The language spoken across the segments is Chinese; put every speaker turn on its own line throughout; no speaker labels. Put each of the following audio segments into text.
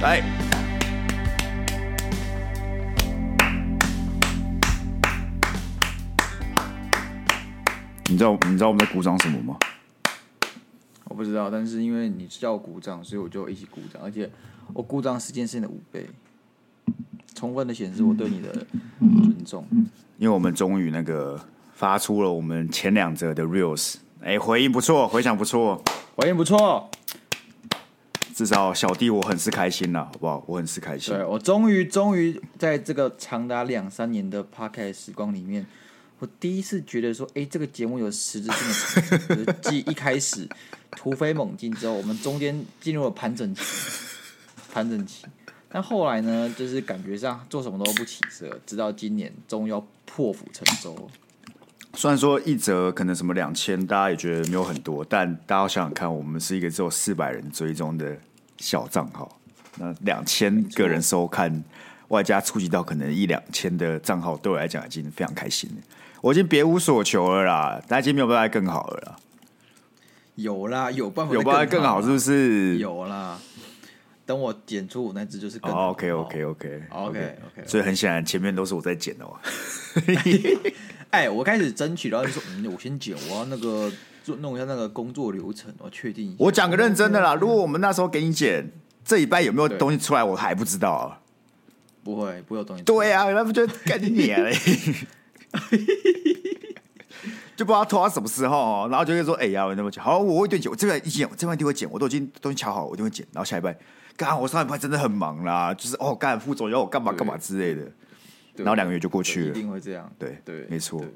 来，
你知道你知道我们在鼓掌什么吗？
我不知道，但是因为你叫我鼓掌，所以我就一起鼓掌，而且我鼓掌时间是你的五倍，充分的显示我对你的尊重。
因为我们终于那个发出了我们前两则的 reels，哎，回应不错，回响不错，
回应不错，
至少小弟我很是开心啦，好不好？我很是开心
对。我终于终于在这个长达两三年的 p a r k 时光里面，我第一次觉得说，哎，这个节目有实质性的成长， 就是继一开始突飞猛进之后，我们中间进入了盘整期，盘整期。但后来呢，就是感觉上做什么都不起色，直到今年终于要破釜沉舟。
虽然说一则可能什么两千，大家也觉得没有很多，但大家要想想看，我们是一个只有四百人追踪的小账号，那两千个人收看，外加触及到可能一两千的账号，对我来讲已经非常开心了。我已经别无所求了啦，但已经没有办法更好了啦，
有啦，有办法，
有办法更好是不？是？
有啦，等我剪出我那只就是更好。
哦，OK OK OK
OK OK。
所以很显然前面都是我在剪的哦。
哎，我开始争取，然后就说，嗯，我先剪，我要那个做弄一下那个工作流程，我要确定一下。
我讲个认真的啦，如果我们那时候给你剪，这礼拜有没有东西出来，我还不知道啊。
不会，不会有东西。
对啊，那不就干你娘嘞？ 就不知道拖到什么时候哦，然后就会说：“哎、呀，我那么久，好，我会对剪，我这边一剪，我这边一定会剪，我都已经都已经瞧好，我一定会剪。”然后下一拜，干，我上一拜真的很忙啦，就是哦，干副总要我干嘛干嘛之类的，
对，
然后两个月就过去
对一
了。
定会这样。
对
对，
没错
对。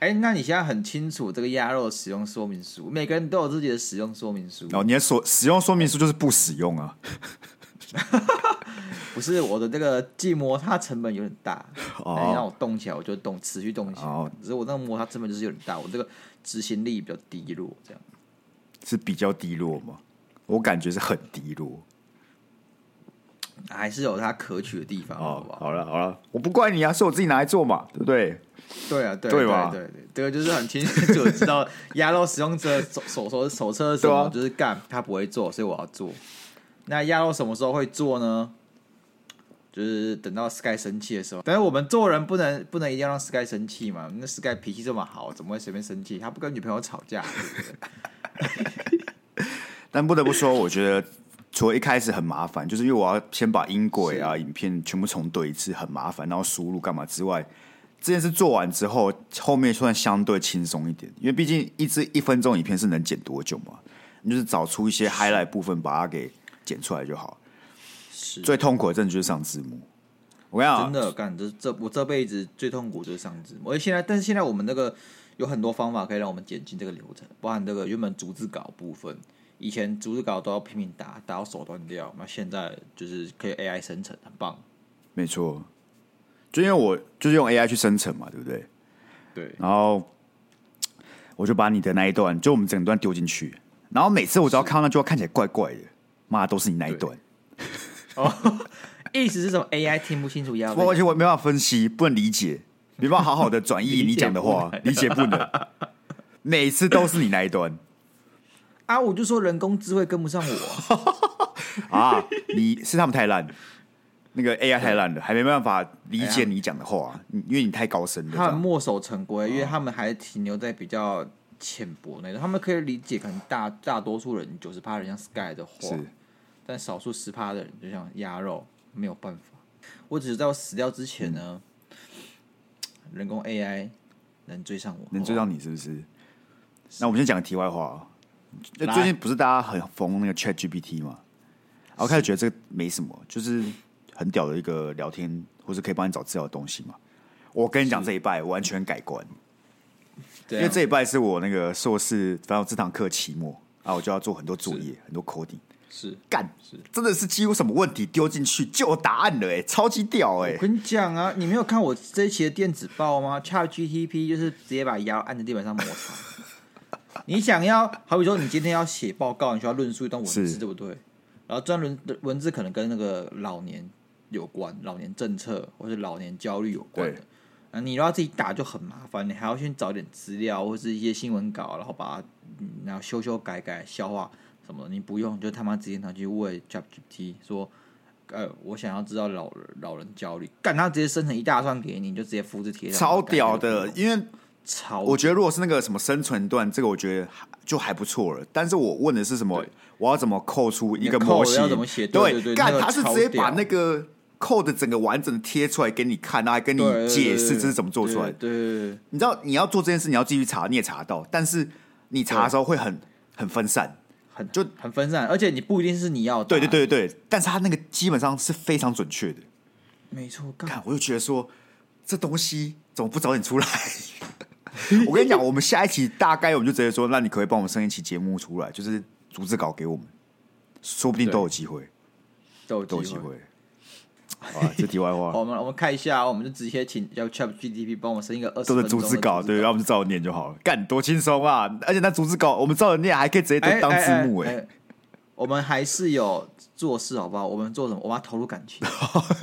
哎，那你现在很清楚这个鸭肉使用说明书，每个人都有自己的使用说明书。
然后你的所使用说明书就是不使用啊。
不是我的这个计摩擦成本有点大，哎
哦
那你让我动起来，我就动，持续动起来。
哦
只是我那个摩擦成本就是有点大，我这个执行力比较低落，这样。
是比较低落吗？我感觉是很低落。
还是有它可取的地方，好
哦
不，好？
好了好了，我不怪你啊，是我自己拿来做嘛，对不对？
对啊，对啊
对
对
吧
啊对啊对啊，这个就是很清楚地知道鸭肉使用者手手手手册是什
对
么，
啊
就是干他不会做，所以我要做。那鸭肉什么时候会做呢？就是等到 Sky 生气的时候，但是我们做人不能不能一定要让 Sky 生气嘛。那 Sky 脾气这么好，怎么会随便生气？他不跟女朋友吵架，对不对？
但不得不说，我觉得除了一开始很麻烦，就是因为我要先把音轨啊、影片全部重对一次，很麻烦，然后输入干嘛之外，这件事做完之后，后面算相对轻松一点，因为毕竟一支一分钟影片是能剪多久嘛？你就是找出一些 highlight 部分，把它给剪出来就好。
是
最痛苦的真的就是上字幕。我跟你讲
真，的干这这我这辈子最痛苦就是上字幕，而现在但是现在我们那个有很多方法可以让我们减轻这个流程，包含这个原本逐字稿部分，以前逐字稿都要拼命打，打到手断掉，那现在就是可以 AI 生成，很棒。
没错，就因为我就是用 AI 去生成嘛，对不对？
对，
然后我就把你的那一段，就我们整段丢进去，然后每次我只要看到那句话看起来怪怪的，妈都是你那一段，
意思是什么？AI 听不清楚要
我而且我没办法分析，不能理解，没办法好好的转译
理解
你讲的话，理解不能，每次都是你那一段
啊，我就说人工智慧跟不上我，
啊，你是他们太烂。那个 AI 太烂了，还没办法理解你讲的话，你因为你太高深了这
他们
样。哦
墨守成规，因为他们还停留在比较浅薄那种，他们可以理解可能大大多数人九十趴人像 Sky 的话，
是
但少数十趴的人，就像鸭肉，没有办法。我只是在我死掉之前呢，
嗯
人工 AI 能追上我，哦
能追上你是不是？那我们先讲个题外话啊。就
来
最近不是大家很疯那个 Chat GPT 嘛，然后开始觉得这个没什么，就是很屌的一个聊天或是可以帮你找资料的东西嘛。我跟你讲，这一拜完全改观，
对
因
啊，
为这一拜是我那个硕士，反正我这堂课期末啊，我就要做很多作业，很多 coding，
是
干
是，
真的是几乎什么问题丢进去就有答案了、欸，哎，超级屌哎、
我跟你讲啊，你没有看我这一期的电子报吗？ChatGTP 就是直接把腰按在地板上摩擦。你想要，好比说你今天要写报告，你需要论述一段文
是
字，对不对？然后这段文文字可能跟那个老年有关，老年政策或是老年焦虑有关的
对。
那你如果要自己打就很麻烦，你还要先找点资料或是一些新闻稿，然后把它嗯然后修修改改、消化什么的，你不用就他妈直接拿去问 ChatGPT 说，呃，我想要知道老老人焦虑，干他直接生成一大串给你，你就直接复制贴上，
超屌的，因为
超
我觉得如果是那个什么生存段，这个我觉得还就还不错了。但是我问的是什么？我要怎么扣出一个
你的 code
模型？
要怎么写对对对
干
那个
他是直
超
接把
屌
那个 code 整个完整的贴出来给你看，然后还跟你
对对对
解释这是怎么做出来的。
对对对对对
你知道你要做这件事，你要继续查，你也查到，但是你查的时候会很很分散。
很
就
很分散，而且你不一定是你要的
对
答
对
案，
对对对，但是他那个基本上是非常准确的。
没错，干
看，我就觉得说这东西怎么不早点出来？ 我跟你讲，我们下一期大概我们就直接说，那你可不可以帮我们生一期节目出来，就是逐字稿给我们，说不定都有机会，
都
都有
有
机
机会。
会。好啊， 这题外
好，
话
我们我们看一下，我们就直接请叫 Chat GTP 帮我们生一个二十
都
分
是
钟
逐
的哎
字稿，对，然后我们就照着念就好了，干多轻松啊！而且那逐字稿我们照着念，还可以直接
哎
当字幕哎、
我们还是有做事好不好？我们做什么？我们要投入感 情。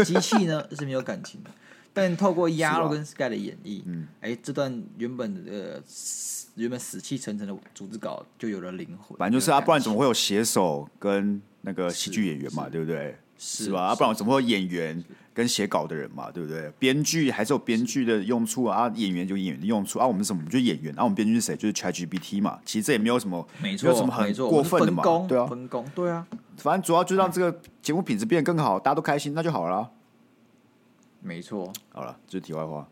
机器呢是没有感情的，但透过鸭肉
是啊
跟 Sky 的演绎，嗯，哎，这段原本的呃死原本死气沉沉的组织稿就有了灵魂。
反正就是啊，
有了感情
不然怎么会有写手跟那个喜剧演员嘛，对不对？
是
是吧？啊，不然怎么会有演员跟写稿的人嘛，对不对？编剧还是有编剧的用处啊，啊演员有演员的用处啊。我们是什么？我们就演员啊，我们编剧是谁？就是 ChatGPT 嘛。其实这也没有什么，
没
没有什
错，
么很
没错，
过分的嘛
我们是分工，
对啊
分工，对啊，
反正主要就让这个节目品质变得更好，大家都开心，那就好了啊。
没错。
好了，这是题外话，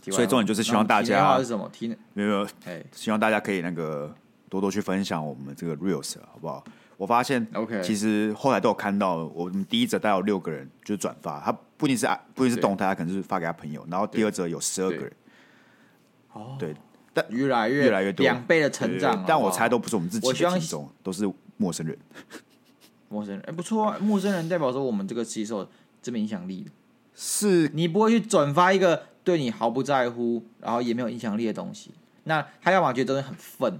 题外
所以
话
重点就是希望大家
那我们题内话是什么？题内
没有没有，
哎
希望大家可以那个多多去分享我们这个 reels，啊好不好？我发现
OK
其实后来都有看到，我们第一则大概有六个人就是转发，他不一定是啊不一定是
对
动态，他可能是发给他朋友，然后第二则有十二个人，
哦，
对，
越来越
越来越多
两倍的成
对
长
对对
了。
但我
好不好
猜都不是我们自己
我
的
希望
听众，都是陌生人，
陌生人，哎、不错啊，陌生人代表说我们这个吸收这么影响力的，
是
你不会去转发一个对你毫不在乎，然后也没有影响力的东西。那他要么觉得真的很愤，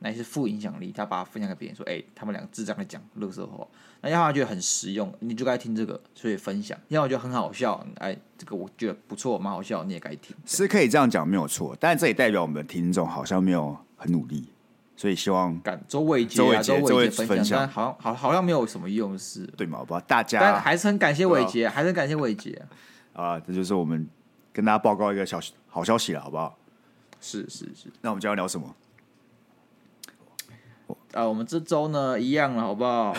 那也是负影响力，他把它分享给别人说，哎、他们两个智障在讲乐色话。那要么觉得很实用，你就该听这个，所以分享；要么觉得很好笑，哎，这个我觉得不错，蛮好笑，你也该听。
是可以这样讲没有错，但这也代表我们的听众好像没有很努力，所以希望
感周伟杰
周伟
啊，
杰
周
周
伟
伟杰
杰分
分享
但好像好好像没有什么用是，
对嘛？好吧，大家
但还是很感谢伟杰，还是很感谢伟杰，
啊，这就是我们跟大家报告一个小好消息了，好不好？
是是是。
那我们今天要聊什么？
啊，我们这周呢一样了，好不好？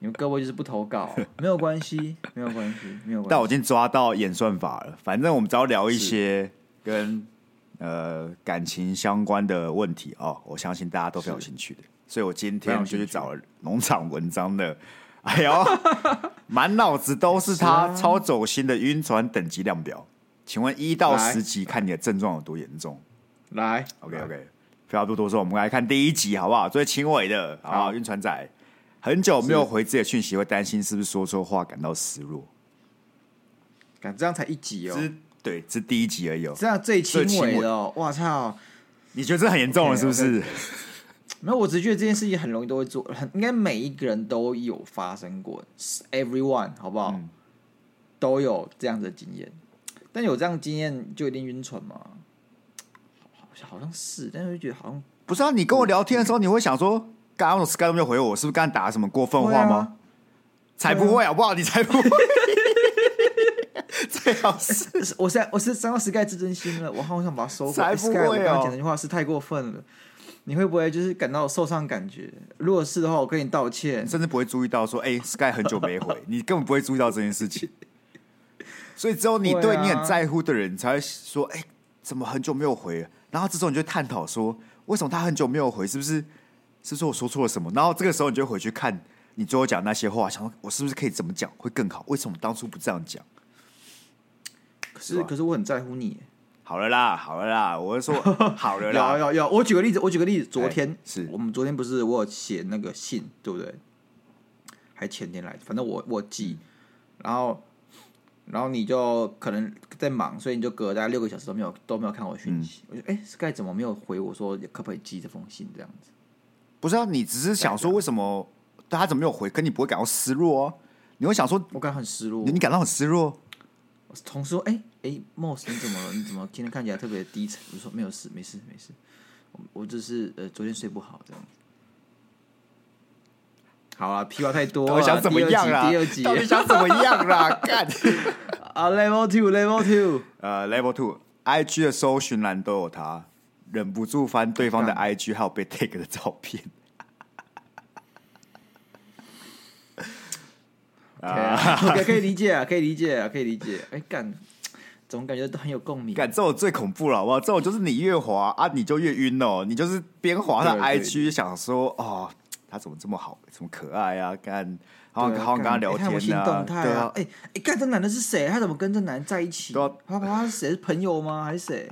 你们各位就是不投稿，没有关系，没有关系，没有
但
关
我
系。
已经抓到演算法了。反正我们只要聊一些跟呃感情相关的问题哦，我相信大家都非常有兴趣的。所以我今天就去找了农场文章的，哎 呦，满脑子都是他
啊
超走心的晕船等级量表。请问一到
来
十级，看你的症状有多严重
来
？OK OK，废话不多说，我们来看第一集好不好？最轻微的，好不好
好
晕船仔，很久没有
是
回自己的讯息，会担心是不是说错话，感到失落。
敢这样才一集
只
哦
是，对，只是第一集而已、哦。
这样最轻
最轻微
微的、哦，哇操！
你觉得这很严重了，
OK，OK
是不是？
没有，我只觉得这件事情很容易都会做，很应该每一个人都有发生过是，everyone 好不好？都有这样的经验，但有这样的经验就一定晕船吗？好像好像是，但是就觉得好像
不是啊，你跟我聊天的时候，你会想说，刚刚我 Sky 都没有回我，是不是刚刚打了什么过分话
会
吗？
啊
才不会好不好？你才不 会，最好是
是我现在我是伤到 Sky 自尊心了，我好想把它收回。
才不
Sky，
会
我
哦
刚刚讲那句话是太过分了，你会不会就是感到受伤感觉？如果是的话，我跟你道歉
你。甚至不会注意到说，哎、s k y 很久没回，你根本不会注意到这件事情。所以只有你
对
对
啊
你很在乎的人，你才会说，哎、怎么很久没有回了？然后这时候你就探讨说，为什么他很久没有回？是不是？是不是我说错了什么？然后这个时候你就回去看你最后讲那些话，想说我是不是可以怎么讲会更好？为什么当初不这样讲？
可
是
是
吧
可是我很在乎你。
好了啦，好了啦，我 是说好了
有啊
啦，哎
有有，我举个例子，我举个例子，昨天
是
我们昨天不是我有写那个信，对不对？还前天来的，反正我我
嗯
寄，然后然后你就可能在忙，所以你就隔了大概六个小时都没有都没有看我讯息。
嗯
我就哎、Sky 怎么没有回我说可不可以寄这封信这样子？
不是啊，你只是想说为什么他怎么没有回，可你不会感到失落哦、你会想说
我感到很失落。
你你感到很失落，
同事说：“哎、哎、m o s s 你怎么了？你怎么今天看起来特别低沉？”我说：“没有事，没事，没事。”我就是呃昨天睡不好这样子。好啊，屁话太多了。
到底想怎么样啦？
第二集，第
到
二
底
集
想怎么样啦？ 干！
啊，Level Two，Level Two，
呃，Level Two，IG 的搜寻栏都有他，忍不住翻对方的 IG，还有被 take 的照片。
可以可以理解啊，可以理解啊，可以理解。哎、干，总感觉都很有共鸣。
干，这种最恐怖了，好不好？这种就是你越滑啊，你就越晕哦。你就是边滑他的
对
IG，想说哦，他怎么这么好，怎么可爱啊？干，好
对啊
想好想跟他
干
聊
哎看我
天
心
啊，
动态
对啊
啊！，哎哎，干这男的是谁？他怎么跟这男的在一起？
对啊
他他是谁？是朋友吗？还是谁？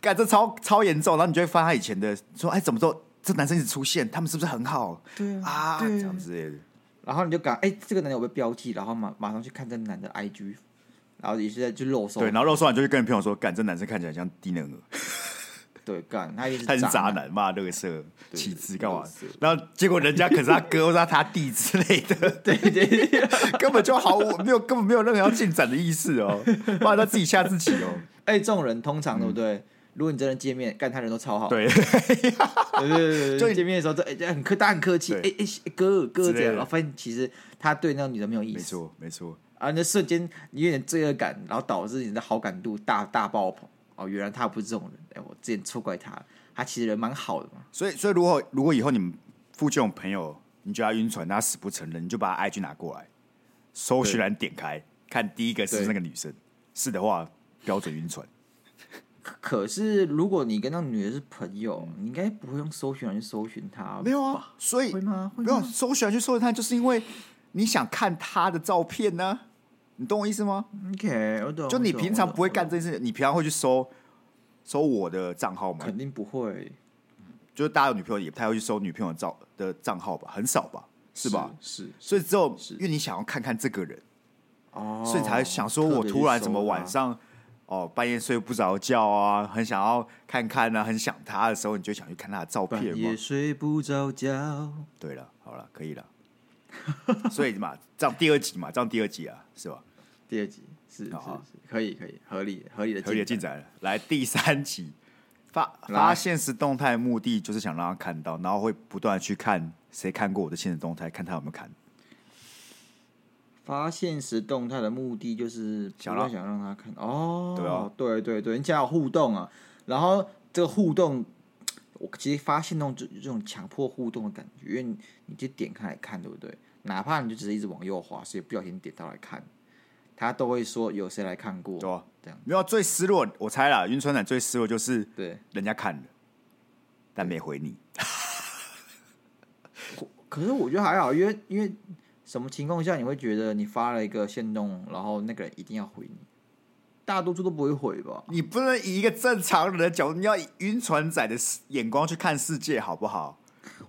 干这超超严重。然后你就会翻他以前的，说哎，怎么说这男生一直出现，他们是不是很好
对啊，
啊？
对
这样之类的。
然后你就感哎、这个男的有被标记，然后马马上去看这男的 IG，然后也是在去露手。
对，然后肉松你就去跟你朋友说，干这男生看起来像低能儿。
对干，他一定是
他是
渣
渣。男骂乐色
对
旗帜干嘛
垃圾？
然后结果人家可是他哥或者他弟之类的，
对对对，
根本就毫无没有根本没有任何要进展的意思哦，不然他自己吓自己哦。
哎、这种人通常对不对？如果你真的见面，干他人都超好。
嗯对，
对对对
就
对，就
你
见面的时候，这哎、这很客，大家很客气，哎
对
哎、哥哥
之
这
类的
样，然后发现其实他对那个女的没有意
没
思，
错没错，
啊，那瞬间你有点罪恶感，然后导致你的好感度大大爆棚。哦，原来他不是这种人，哎、我之前错怪他了，他其实人蛮好的嘛。
所以所以如果如果以后你们附近有朋友，你觉得他晕船，他死不承认，你就把他 IG 拿过来，搜寻栏点开，看第一个是不是那个女生，是的话标准晕船。
可可是如果你跟那女的是朋友，你应该不会用搜寻栏去搜寻她，
没有啊，所以
会吗？会
不要
吗？
搜寻去搜寻他，就是因为你想看他的照片呢、你懂我意思吗？
OK，我懂。
就你
我懂
平常不会，干
我懂
这件事，你平常会去搜搜我的账号
我
吗
懂？肯定不会，
就是大家有女朋友也不太会去搜女朋友的照的账号吧，很少吧，是吧？？
是
所以只有
是
因为你想要看看这个人，
哦，
所以才想说我突然怎么晚上哦半夜睡不着觉啊，很想要看看啊，很想他的时候，你就想去看他的照
特
片
别搜啊半
吗
夜？睡不着觉，
对了，好了，可以了。所以嘛，这样第二集嘛，这样第二集啊，是吧？
第二集是是
好啊
是，可以可以，合理合理的
合理的进展了。来第三集，发
来
发现实动态目的就是想让他看到，然后会不断地去看谁看过我的现实动态，看他有没有看。
发现实动态的目的就是不
想
要
让
想让他看哦，
对啊
对对对你想要互动啊，然后这个互动，我其实发现那种这这种强迫互动的感觉，因为你你就点开来看，对不对？哪怕你就只是一直往右滑，所以不小心点到来看，他都会说有谁来看过，
对啊
这样
没有最失落，我猜啦，晕船仔最失落就是
对。
人家看了，但没回你。
可是我觉得还好，因为因为什么情况下你会觉得你发了一个限动，然后那个人一定要回你？大多数都不会回吧？
你不能以一个正常人的角度，你要以晕船仔的视眼光去看世界，好不好？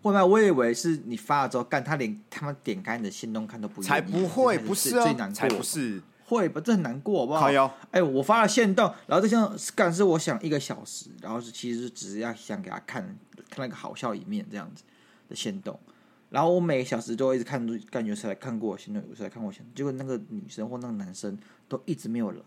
会吗？我以为是你发了之后，干他连他们点开你的心动看都不愿意
才不会，
这才
不
是
是
最最
啊，
难
才
过的，
不是。
会吧？这很难过，好不好？
靠腰
哎、我发了限动，然后这项干是我想一个小时，然后是其实只是要想给他看看那个好笑一面这样子的限动，然后我每个小时都一直看，感觉谁来看过我限动，有谁来看过我限动，结果那个女生或那个男生都一直没有来，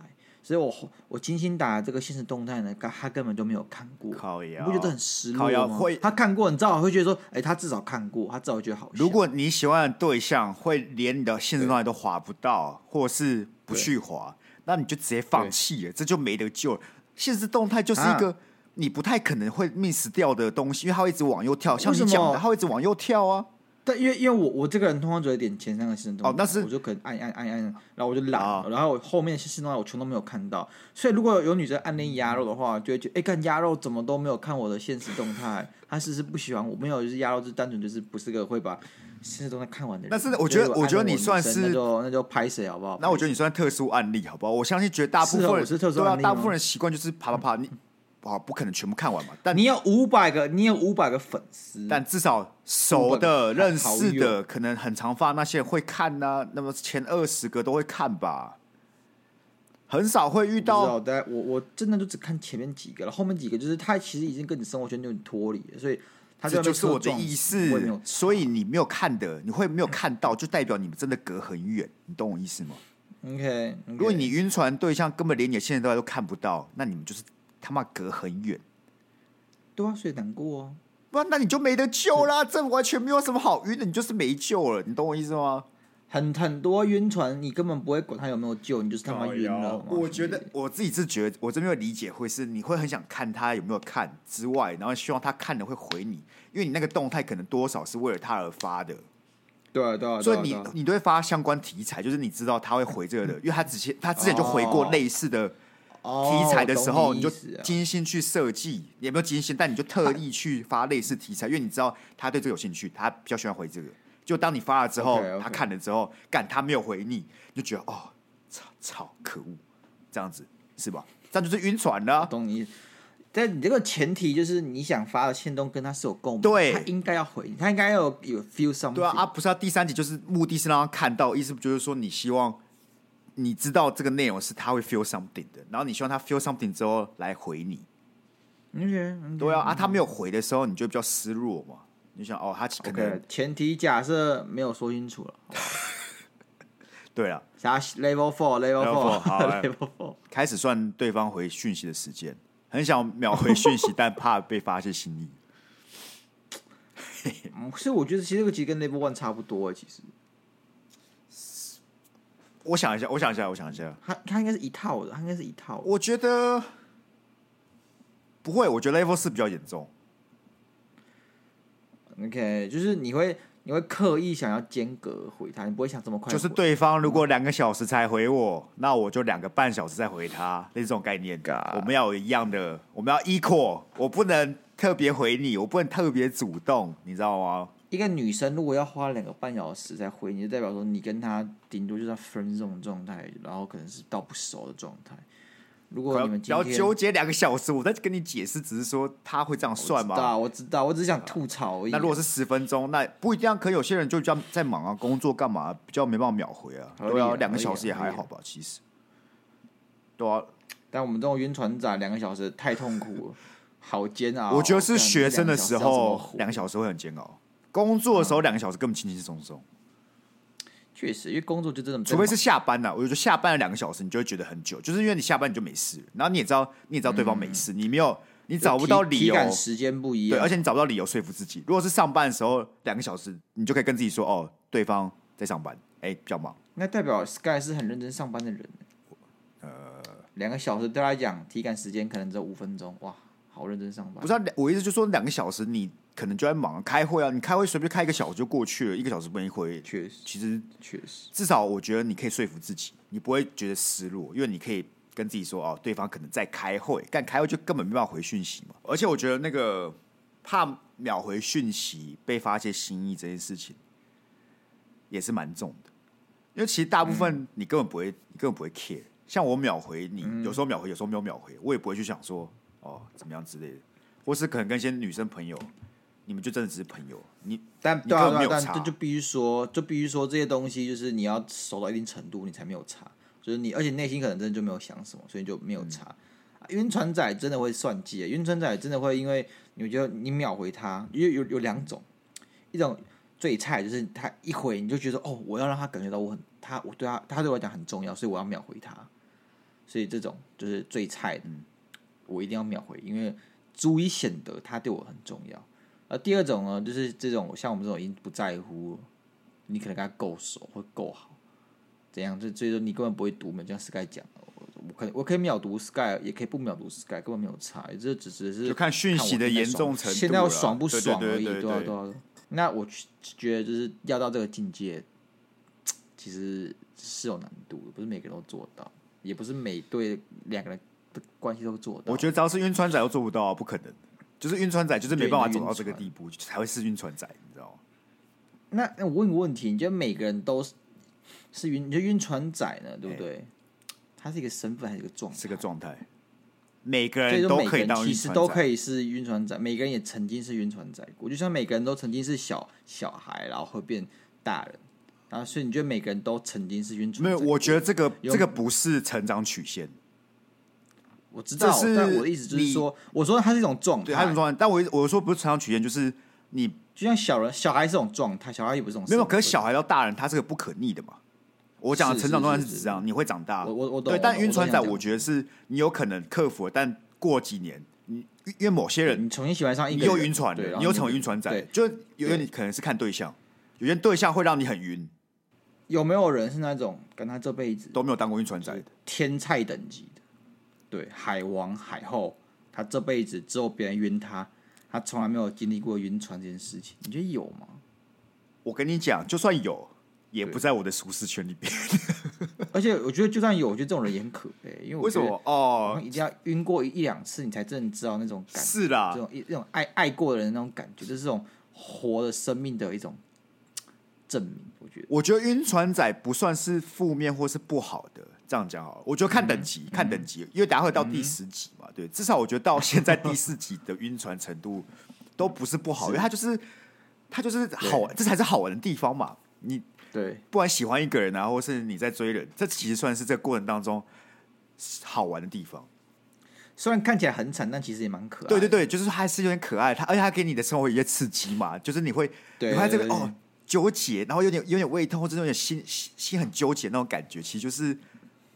所以我我精心打这个现实动态呢，他他根本就没有看过，
靠
你
腰
不觉得很失落
靠腰
吗？
会
他看过，你至少会觉得说，哎、他至少看过，他至少觉得好笑。
如果你喜欢的对象会连你的现实动态都划不到，或是不去划，那你就直接放弃了，这就没得救了。现实动态就是一个
啊
你不太可能会 miss 掉的东西，因为它会一直往右跳，像你
为什
讲
么
的，它会一直往右跳啊。
但因为因为我我这个人通常只会点前三个新动态
哦那是
我就可能按一按按一按，然后我就懒，
啊
然后我后面新动态我全都没有看到，所以如果有女生暗恋鸭肉的话，就会觉得哎，看鸭肉怎么都没有看我的现实动态， 她是不是不喜欢我？没有，就是鸭肉就单纯就是不是个会把现实动态看完的人。
但是我觉得
所以
我觉得
暗恋
你
女
算
生
是
那就那就拍谁好不好？
那我觉得你算特殊案例，好不好？我相信绝大部分
是哦
人
我是特殊
对啊，
案例吗
大部分人习惯就是啪啪啪，你啊不可能全部看完嘛，但
你有五百个，你有五百个粉丝，
但至少熟
好
的、认
嗯好
识的，
友
可能很常发那些人会看呢、那么前二十个都会看吧，很少会遇
不知
到
道，但我我真的就只看前面几个了，后面几个就是他其实已经跟你生活圈有点脱离了，所以他
这
在那
就
边
是我
车
的
撞
意
死我也没有
思。所以你没有看的，你会没有看到，就代表你们真的隔很远，你懂我意思吗？
OK，
如果你晕船对象根本连你的现在都都看不到，那你们就是他妈隔很远。
对啊，所以难过啊。
不然那你就没得救啦，这完全没有什么好晕的，你就是没救了，你懂我意思吗？
很很多晕船，你根本不会管他有没有救，你就是他妈晕了。好吗
哎哦我觉得我自己是觉得，我这边的理解会是，你会很想看他有没有看之外，然后希望他看了会回你，因为你那个动态可能多少是为了他而发的，
对啊对啊，
所
对
以
啊
你
对啊
你都会发相关题材，就是你知道他会回这个 的，因为他之前他之前就回过类似的
哦
题材的时候，
我懂
你
你
就
意思啊
精心去设计，也没有精心，但你就特意去发类似题材，因为你知道他对这个有兴趣，他比较喜欢回这个。就当你发了之后
OK，OK
他看了之后，干他没有回你，你就觉得哦，操操，可恶，这样子是吧？这样就是晕船了啊、
懂你意思。但你这个前提就是你想发的线动跟他是有共鸣，
对
他应该要回你，他应该要有有 feel something。
对啊，啊，不是啊，第三集就是目的是让他看到，意思就是说你希望你知道这个内容是他会 feel something 的，然后你希望他 feel something 之后来回你。
嗯，嗯
对啊，啊，他没有回的时候，你就比较失落嘛，你就想哦，他可能
嗯，OK，前提假设没有说清楚了，
对啊了，
啥 level four level
Level four，好 哎
level four，
开始算对方回讯息的时间，很想秒回讯 息，但怕被发现心意。
嗯所以我觉得其实这个其实跟 level one 差不多哎，其实
我想一下，我想一下，我想一下，
他他应该是一套的，他应该是一套的。
我觉得不会，我觉得 level 四比较严重。
OK，就是你会你会刻意想要间隔回他，你不会想这么快回，
就是对方如果两个小时才回我，那我就两个半小时再回他，类似这种概念。我们要有一样的，我们要 equal，我不能特别回你，我不能特别主动，你知道吗？
一个女生如果要花两个半小时才回你，就代表说你跟她顶多就在分这种状态，然后可能是到不熟的状态。如
不
果
要
你们
不
今
要
天
纠结两个小时，我在跟你解释，只是说他会这样算
我知
吗？
道，我知道，我只是想吐槽而已。
那如果是十分钟，那不一定啊。可有些人就这样在忙啊，工作干嘛，比较没办法秒回啊。
合
对啊，
理啊合理啊哦
两个小时也还好吧，其实。对啊，
但我们这种晕船仔两个小时太痛苦了，好煎 熬。
我觉得是学生的时候，两
两
个
小时
小时会很煎熬。工作的时候，两个小时根本轻轻松松，
确实，因为工作就这种，
除非是下班了、我觉得下班了两个小时，你就会觉得很久，就是因为你下班你就没事，然后你也知道，你也知道对方没事，你没有，你找不到理
嗯体
由，
感时间不一
对，
样，
而且你找不到理由说服自己。如果是上班的时候，两个小时，你就可以跟自己说，哦，对方在上班，哎、比较忙。
那代表 Sky 是很认真上班的人。呃，两个小时对他来讲，体感时间可能只有五分钟，哇，好认真上班。
不是、啊，我意思就是说两个小时你可能就在忙开会啊，你开会随便开一个小时就过去了，一个小时不能回。
确实，
其实
确实，
至少我觉得你可以说服自己，你不会觉得失落，因为你可以跟自己说，哦，对方可能在开会，但开会就根本没办法回讯息嘛。而且我觉得那个怕秒回讯息被发现心意这件事情也是蛮重的，因为其实大部分
嗯
你根本不会，你根本不会 care。像我秒回你，有时候秒回，有时候没有秒回，我也不会去想说哦怎么样之类的，或是可能跟一些女生朋友，你们就真的只是朋友，你
但
你
对啊，
根本
对
没
啊
有
但
差
这就必须说，就必须说这些东西，就是你要熟到一定程度，你才没有差。就是你，而且内心可能真的就没有想什么，所以就
嗯
没有差。啊晕船仔真的会算计，晕船仔真的会因为你觉得你秒回他，因为有有两种，一种最菜就是他一回你就觉得哦，我要让他感觉到我很他我对他他对我来讲很重要，所以我要秒回他。所以这种就是最菜的，我一定要秒回，因为足以显得他对我很重要。而第二种呢，就是这种像我们这种已经不在乎了，你可能跟他够熟或够好，怎样？就最终你根本不会读秒，就像 Sky 讲的，我我可以我可以秒读 Sky，也可以不秒读 Sky，根本没有差，这只只是
就看讯息的
看我
严重程度啦
现在我爽不爽
对
而
对
已，
对对
啊
对
对啊。对啊那我觉得就是要到这个境界，其实是有难度的，不是每个人都做到，也不是每对两个人的关系都做到。
我觉得只要是晕船仔都做不到、啊，不可能。就是晕船仔就是没办法走到这个地步，才会是晕船仔，你知道吗？
那那我问个问题，你觉得每个人都是是晕，你觉得晕船仔呢，对不对？他是一个身份还是一个状态？
哎这个状态，每个
所
人
以说
都
每
可
个
以
人
当
其
晕
实
船
都
仔，
可以是晕船仔，每个人也曾经是晕船仔过。就像每个人都曾经是小小孩，然后会变大人，然后所以你觉得每个人都曾经是晕船
没
仔
有，
过？
我觉得这个
有
这个不是成长曲线，
我知道，
这是
但我的意思就是说，我说它是一种状态，
对，还有什么状态？但我我说不是成长曲线，就是你
就像小人小孩是一种状态，小孩也不是一种
没有，
身份
可是小孩到大人，他是个不可逆的嘛。我讲的
是
成长状态
是
是
是
指这样，你会长大。
我我我懂
对，
我
但
懂
晕船仔，
我懂
我觉得是你有可能克服，但过几年你因为某些人
你重新喜欢上一个人
又晕船
对
的，
然后
你有场晕船仔
对，
就有些你可能是看对象，有些对象会让你很晕，
有没有人是那种跟他这辈子
都没有当过晕船仔的。
天菜等级的，对，海王海后，他这辈子只有别人晕他，他从来没有经历过晕船这件事情，你觉得有吗？
我跟你讲，就算有，也
对
不在我的舒适圈里边。
而且我觉得就算有，我觉得这种人也很可悲，因为我
为什
觉得
么？哦
好，像一定要晕过一一两次，你才真的知道那种感觉，
是啦
这，种一这种爱爱过的人那种感觉，就是这种活的生命的一种嘖证明。我觉得
我觉得晕船仔不算是负面或是不好的，这样讲好了。我觉得看
嗯
等级，看等级，因为等下会到第十集嘛，对，至少我觉得到现在第四集的晕船程度都不是不 好，因为它就是它就是好玩，这才是好玩的地方嘛。你
对，
不管喜欢一个人啊，或是你在追人，这其实算是这个过程当中好玩的地方。
虽然看起来很惨，但其实也蛮可爱
对
的。
对对，就是还是有点可爱，它而且它给你的生活有一些刺激嘛，就是你会
对
你会在这个
对对
哦纠结，然后有点有点胃痛，或者有点心心心很纠结那种感觉，其实就是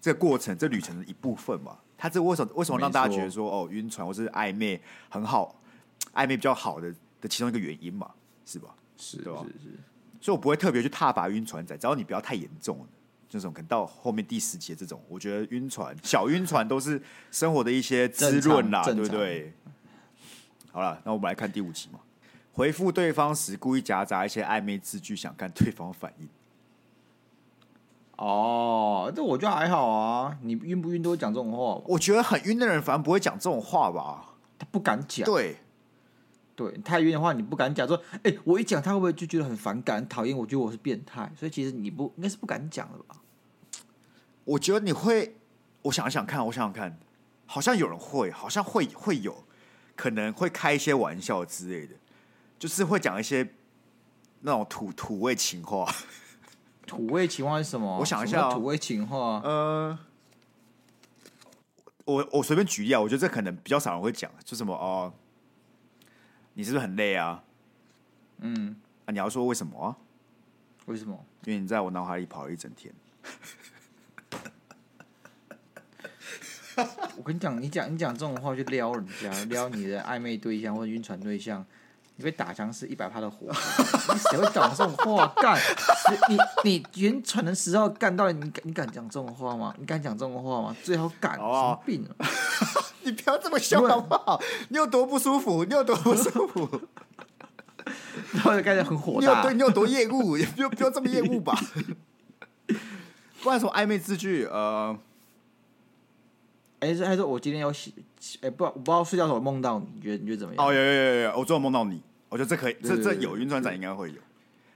这个过程这旅程的一部分嘛。它这为什么为什么让大家觉得说哦晕船或是暧昧很好，暧昧比较好的的其中一个原因嘛，是吧？
是
对吧
是是，
所以我不会特别去踏伐晕船仔，只要你不要太严重了这种可能到后面第十节这种，我觉得晕船小晕船都是生活的一些滋润啦，对
正常
不对？好了，那我们来看第五集嘛。回复对方时故意夹杂一些暧昧字句，想看对方反应。
哦，这我觉得还好啊。你晕不晕都会讲这种话吧，
我觉得很晕的人反而不会讲这种话吧？
他不敢讲。
对，
对，太晕的话你不敢讲，说，哎、我一讲他会不会就觉得很反感、很讨厌？我觉得我是变态，所以其实你不应该是不敢讲的吧？
我觉得你会，我想想看，我想想看，好像有人会，好像会会有，可能会开一些玩笑之类的，就是会讲一些那种土土味情话。
土味情话是什么？
我想一
什么
下哦
叫土味情话、
呃，我我随便举例啊，我觉得这可能比较少人会讲，就什么哦，你是不是很累啊？
嗯，
啊，你要说为什么啊？
为什么？
因为你在我脑海里跑了一整天。
我跟你讲，你讲你讲这种话去撩人 家，撩你的暧昧对象或者晕船对象，你被打枪是一百趴的活。你谁会讲这种话？干，你你你晕船的时候干到底你敢你敢讲这种话吗？你敢讲这种话吗？最好敢，
好不好
什么病啊？
你不要这么凶好不好？你有多不舒服？你有多不舒服？
然后就开始很火
你有
大
对，你有多厌恶？也不要不要这么厌恶吧。 不然什么暧昧字句？呃，
哎、还说我今天有洗，哎、不，我不知道睡觉的时候梦到你，你觉得你觉得怎么样？
哦，有有有有有，我做梦到你，我觉得这可以，这
对
这
对
有晕船仔应该会有。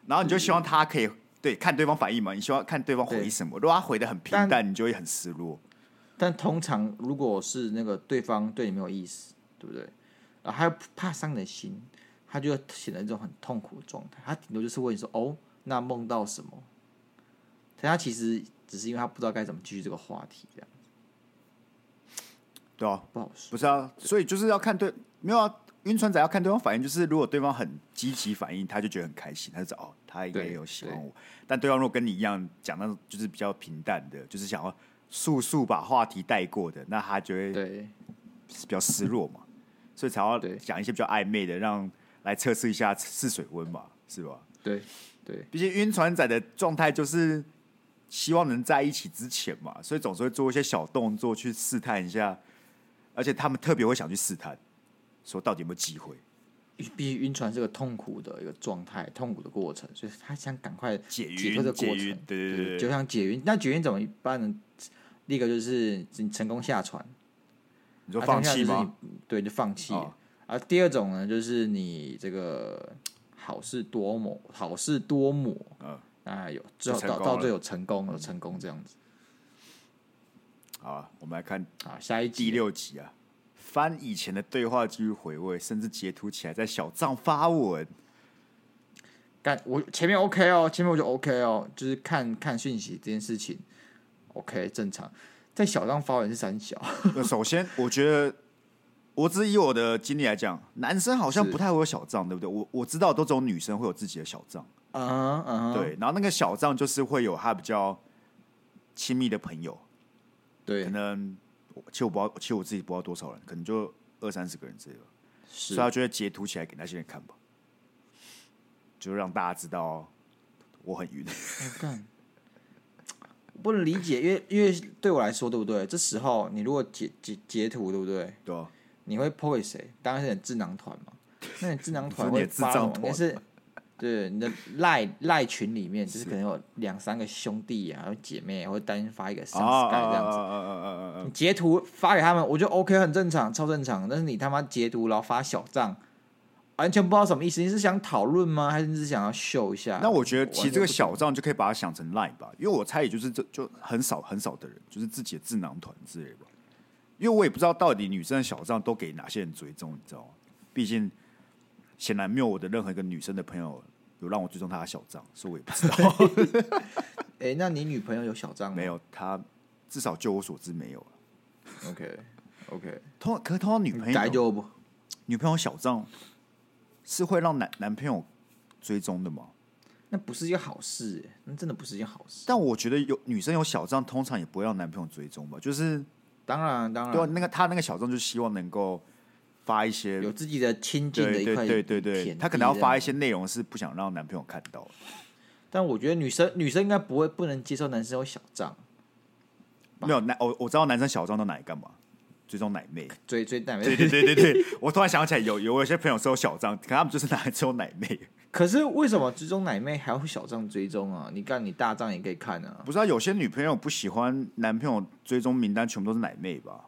然后你就希望他可以对看对方反应嘛，你希望看对方回
对
什么。如果他回的很平
但
淡，你就会很失落。
但通常如果是那个对方对你没有意思，对不对？啊，还怕伤你的心，他就显得一种很痛苦的状态。他顶多就是问你说：“哦，那梦到什么？”但他其实只是因为他不知道该怎么继续这个话题，这样
对啊，
不好说。
不是啊，所以就是要看对，没有啊，晕船仔要看对方反应，就是如果对方很积极反应，他就觉得很开心，他就知道哦，他应该
对
有喜欢
对
我。但对方如果跟你一样讲那种就是比较平淡的，就是想要速速把话题带过的，那他就会
对
比较失落嘛，所以才要
对
讲一些比较暧昧的，让来测试一下试水温嘛，是吧？
对对，
毕竟晕船仔的状态就是希望能在一起之前嘛，所以总是会做一些小动作去试探一下，而且他们特别会想去试探，说到底有没有机会
毕竟晕船是个痛苦的一个状态，痛苦的过程，所以他想赶快
解
解脱
晕
这个
解
过
晕
程，，
对对对
就
对，
像解晕。那解晕怎么办呢？第一个就是你成功下船，
你说
啊
放
当下
弃
就是
吗？
你？对，就放弃
哦
了。啊，第二种呢，就是你这个好事多磨，好事多磨，
嗯，
啊，有之
就
后
成
到
功
到
了
最后有成功，有成功这样子
好啊，我们来看
啊。下一集
第六集啊，翻以前的对话继续回味，甚至截图起来在小账发文。
干，我前面 OK 哦，前面我就 OK 哦，就是看看讯息这件事情 OK 正常。在小张发文是三小，
那首先，我觉得，我只以我的经历来讲，男生好像
是
不太会有小账，对不对？我我知道都只有女生会有自己的小账，
嗯哼嗯哼，
对。然后那个小账就是会有他比较亲密的朋友，可
对
能其实我不知道，其实我自己不知道多少人，可能就二二三十个人之类吧，
是
所以他就会截图起来给那些人看吧，就让大家知道我很晕。
我不能理解，因为因为对我来说，对不对？这时候你如果截截截图，对不对？
对啊，
你会 po 给谁？当然是你的智囊团嘛。那你智囊 团
你的
会
智
发什
障
么？
团
但是对你的赖赖群里面，就是可能有两三个兄弟啊，或姐妹，或单发一个
哦
上 Sky 这样子。
子
你，截图发给他们，我觉得 OK 很正常，超正常。但是你他妈截图然后发小账，完全不知道什么意思。你是想讨论吗？还是你是想要秀一下？
那我觉得其实这个
啊完全不懂
小账就可以把它想成 Line 吧，因为我猜也就是这就很少很少的人，就是自己的智囊团之类吧。因为我也不知道到底女生的小账都给哪些人追踪，你知道吗？毕竟显然没有我的任何一个女生的朋友有让我追踪她的小账，所以我也不知道。
哎、那你女朋友有小账吗？
没有，她至少就我所知没有了。
OK OK，
通可是通常女朋
改
友
嗯就不
女朋友小账是会让男男朋友追踪的吗？
那不是一件好事、欸，那真的不是一件好事。
但我觉得有女生有小账，通常也不会让男朋友追踪吧，就是。
当然当
对啊，
然，
那个他那个小众就希望能够发一些，
有自己的亲近的
对
一块
对对对
田
对，
地
他可能要发一
这样。
些内容是不想让男朋友看到的。
但我觉得女生女生应该不会不能接受男生有小账，
没有男，我我知道男生小账都拿来干嘛，追踪奶妹。
追追但
对对对对对，我突然想起来有有有些朋友是有小账，可他们就是拿来追踪奶妹。
可是为什么追踪奶妹还要小账追踪啊？你干你大账也可以看啊。
不知道、有些女朋友不喜欢男朋友追踪名单全部都是奶妹吧？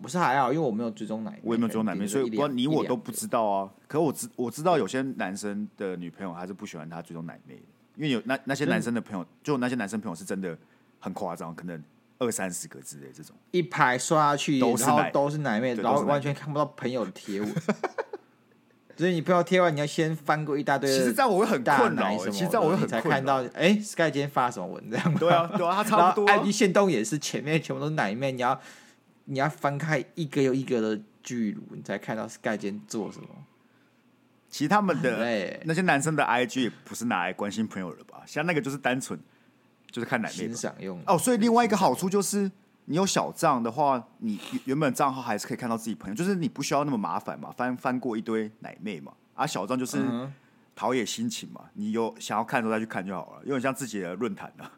不是还好，因为我没有追踪奶妹，
我也没有追踪奶妹，
可能
所以
就
我不知道
一两
你我都
一两
不知道啊。可我知我知道有些男生的女朋友还是不喜欢他追踪奶妹的，因为有那那些男生的朋友，就那些男生朋友是真的很夸张，可能二三十个之类这种。
一排刷下去，
都是
然后
奶
都是奶妹，
对
然
都
后
是奶妹
完全看不到朋友的贴文。 所以你朋友贴完，你要先翻过一大堆的
其实这样我会很
大
困扰
奶
欸
什么的，
其实这样我会很
你才
困扰
看到，哎，Sky 今天发什么文章 吗？
对啊，对啊，他
然
差不
后
多啊、
IG 线动也是前面全部都是奶妹，你要你要翻开一个又一个的巨乳，你才看到 Sky 今天做什么。
其实他们
很
的
累
那些男生的 IG 也不是拿来关心朋友的吧？像那个就是单纯就是看奶妹
欣
吧。
赏用
哦，所以另外一个好处就是，你有小账的话，你原本账号还是可以看到自己朋友，就是你不需要那么麻烦嘛，翻翻过一堆奶妹嘛。啊，小账就是
嗯哼
陶冶心情嘛，你有想要看的时候再去看就好了，有点像自己的论坛啊，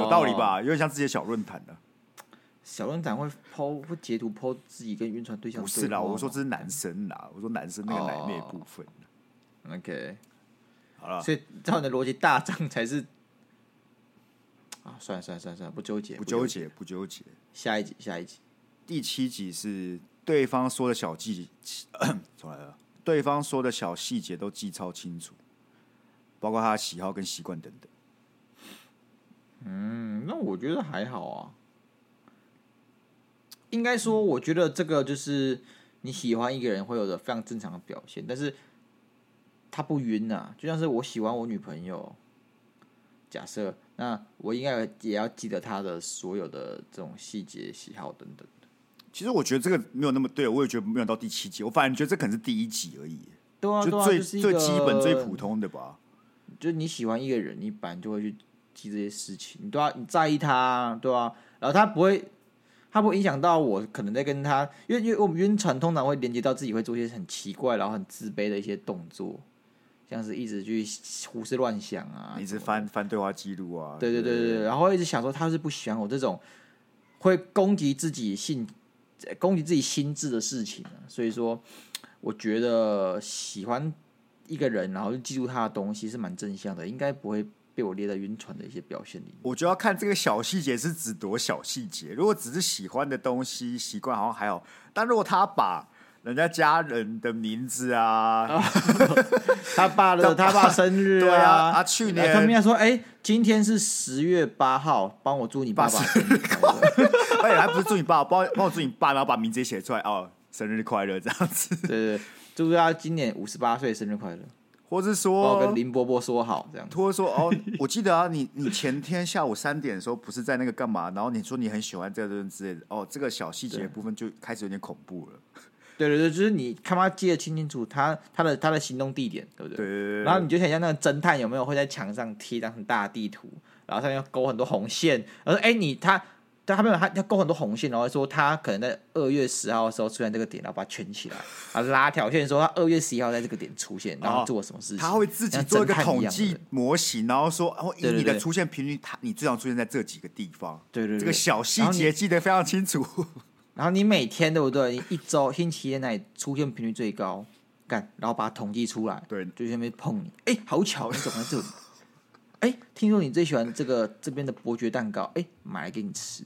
有道理？
哦
吧？有点像自己的小论坛啊。
小论坛会剖会截图剖自己跟晕船对象
不是哦啦，
对话吗
我说这是男生啦，我说男生那个奶妹部分。
OK，
好了，
所以照你的逻辑，大账才是啊，算了算了算了算了，不纠结，
不纠。结，不纠结。
下一集，下一集，
第七集是对方说的小技，重来了。对方说的小细节都记超清楚，包括他的喜好跟习惯等等。
嗯，那我觉得还好啊。应该说，我觉得这个就是你喜欢一个人会有的非常正常的表现，但是他不晕啊，就像是我喜欢我女朋友，假设那我应该也要记得她的所有的这种细节、喜好等等。
其实我觉得这个没有那么对，我也觉得没有到第七集，我反而觉得这可能是第一集而已，
对啊，对
就
啊
最、
就是一
最基本、
个
最普通的吧。
就是你喜欢一个人，你本来就会去记这些事情，你都要你在意他，对吧、然后他不会，他不会影响到我，可能在跟他，因为因为我们晕船通常会连接到自己会做一些很奇怪，然后很自卑的一些动作，像是一直去胡思乱想啊，
你一直翻翻对话记录啊，
对对对对，对，然后一直想说他是不喜欢我这种会攻击自己性、呃攻击自己心智的事情啊、所以说，我觉得喜欢一个人，然后就记住他的东西是蛮正向的，应该不会被我列在晕船的一些表现里面。
我就要看这个小细节是指多小细节。如果只是喜欢的东西、习惯，好像还好。但如果他把人家家人的名字啊，
他爸的他爸生日
对啊
啊，
啊去年
他们要说，哎、今天是十月八号，帮我祝你爸爸生日快乐。
而哎且还不是祝你爸，帮帮我祝你爸，然后把名字也写出来哦，生日快乐这样子，
对对对，祝他今年五十八岁生日快乐，
或是
帮
说
我跟，林伯伯说好这样。
或者说哦，我记得啊，你你前天下午三点的时候不是在那个干嘛，然后你说你很喜欢这个之类的，哦，这个小细节的部分就开始有点恐怖了，
对对对，就是你他妈记得清清楚他他的他的行动地点，对不对？
对对对
然后你就想象那个侦探有没有会在墙上贴一张很大的地图，然后上面勾很多红线，然后说哎你他。在他没有他他勾很多红线，然后说他可能在二月十号的时候出现这个点，然后把它圈起来，啊拉条线说他二月十一号在这个点出现，然后做什么事情，
哦他会自己
像
做一个
侦探
统
样
计
的
模型，然后说，然后以
对对
你的
对
出现频率，它你至少出现在这几个地方。
对对对
这个小细
然后你
节记得非常清楚。
然后你每天对不对？你一周星期天那里出现频率最高，干，然后把它统计出来，
对
就在那边碰你。哎，好巧，你走在 这里。哎，听说你最喜欢这个这边的伯爵蛋糕，哎，买来给你吃。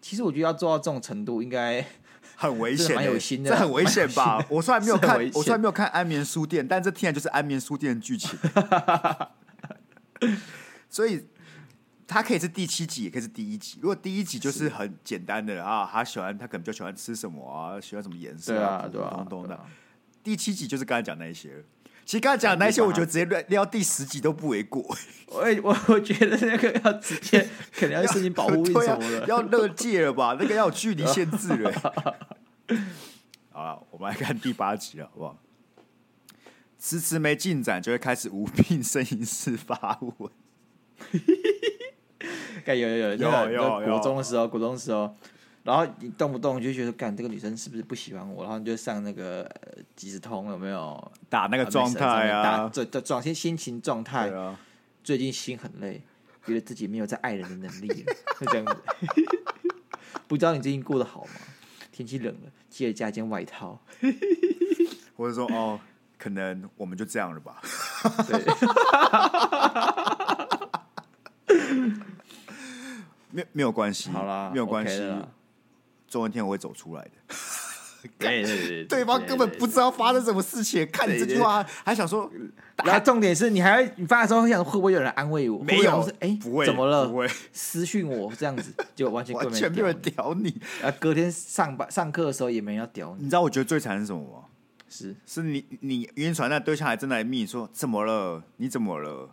其实我觉得要做到这种程度，应该
很危
这
险、
蛮有
欸，
心的
这很危险吧？我虽然没有
这
看
很危，险
我虽然没有看《安眠书店》，但这听起来就是《安眠书店》的剧情。欸 所以它可以是第七集，也可以是第一集。如果第一集就是很简单的啊，他喜欢他可能比较喜欢吃什么啊，喜欢什么颜色
对啊，对
普普
啊
通，通
对
的。
啊
第七集就是刚才讲那一些了。其实刚才讲的那些，我觉得直接撂撂第十集都不为过。
我我 我觉得那个要直接 可能要申请保护令
对
什
啊
么，的。
要乐界了吧？那个要有距离限制了、 好了，我们来看第八集了，好不好？迟迟没进展，就会开始无病呻吟式发文。
干有有有
有
那个
有
那个
有
国中的时候，国中的时候，然后你动不动你就觉得干这个女生是不是不喜欢我，然后你就上那个呃即时通呃有没有？
打那个状态 啊，
这这状心心情状态
对，啊，
最近心很累，觉得自己没有在爱人的能力 了，就这样子。不知道你最近过得好吗？天气冷了，记得加一件外套。
或者说哦，可能我们就这样了吧。
对，
没没有关系，
好啦，
嗯没有关系
OK 的啦。
总有一天我会走出来的。
对对对，
对方根本不知道发生什么事情，看你这句话还想说
然后重点是你还会你发的时候会想会不会有人安慰我？
没有
会不会有
不会
人说哎、怎么了？
不 会
私讯我这 样子，就完全根
完
本
全没有
屌
人
你。
屌你。
然后隔天上班上课的时候也没人要屌
你
你，
知道我觉得最惨是什么吗？
是
是你你晕船那对象还真来密说怎么了？你怎么了？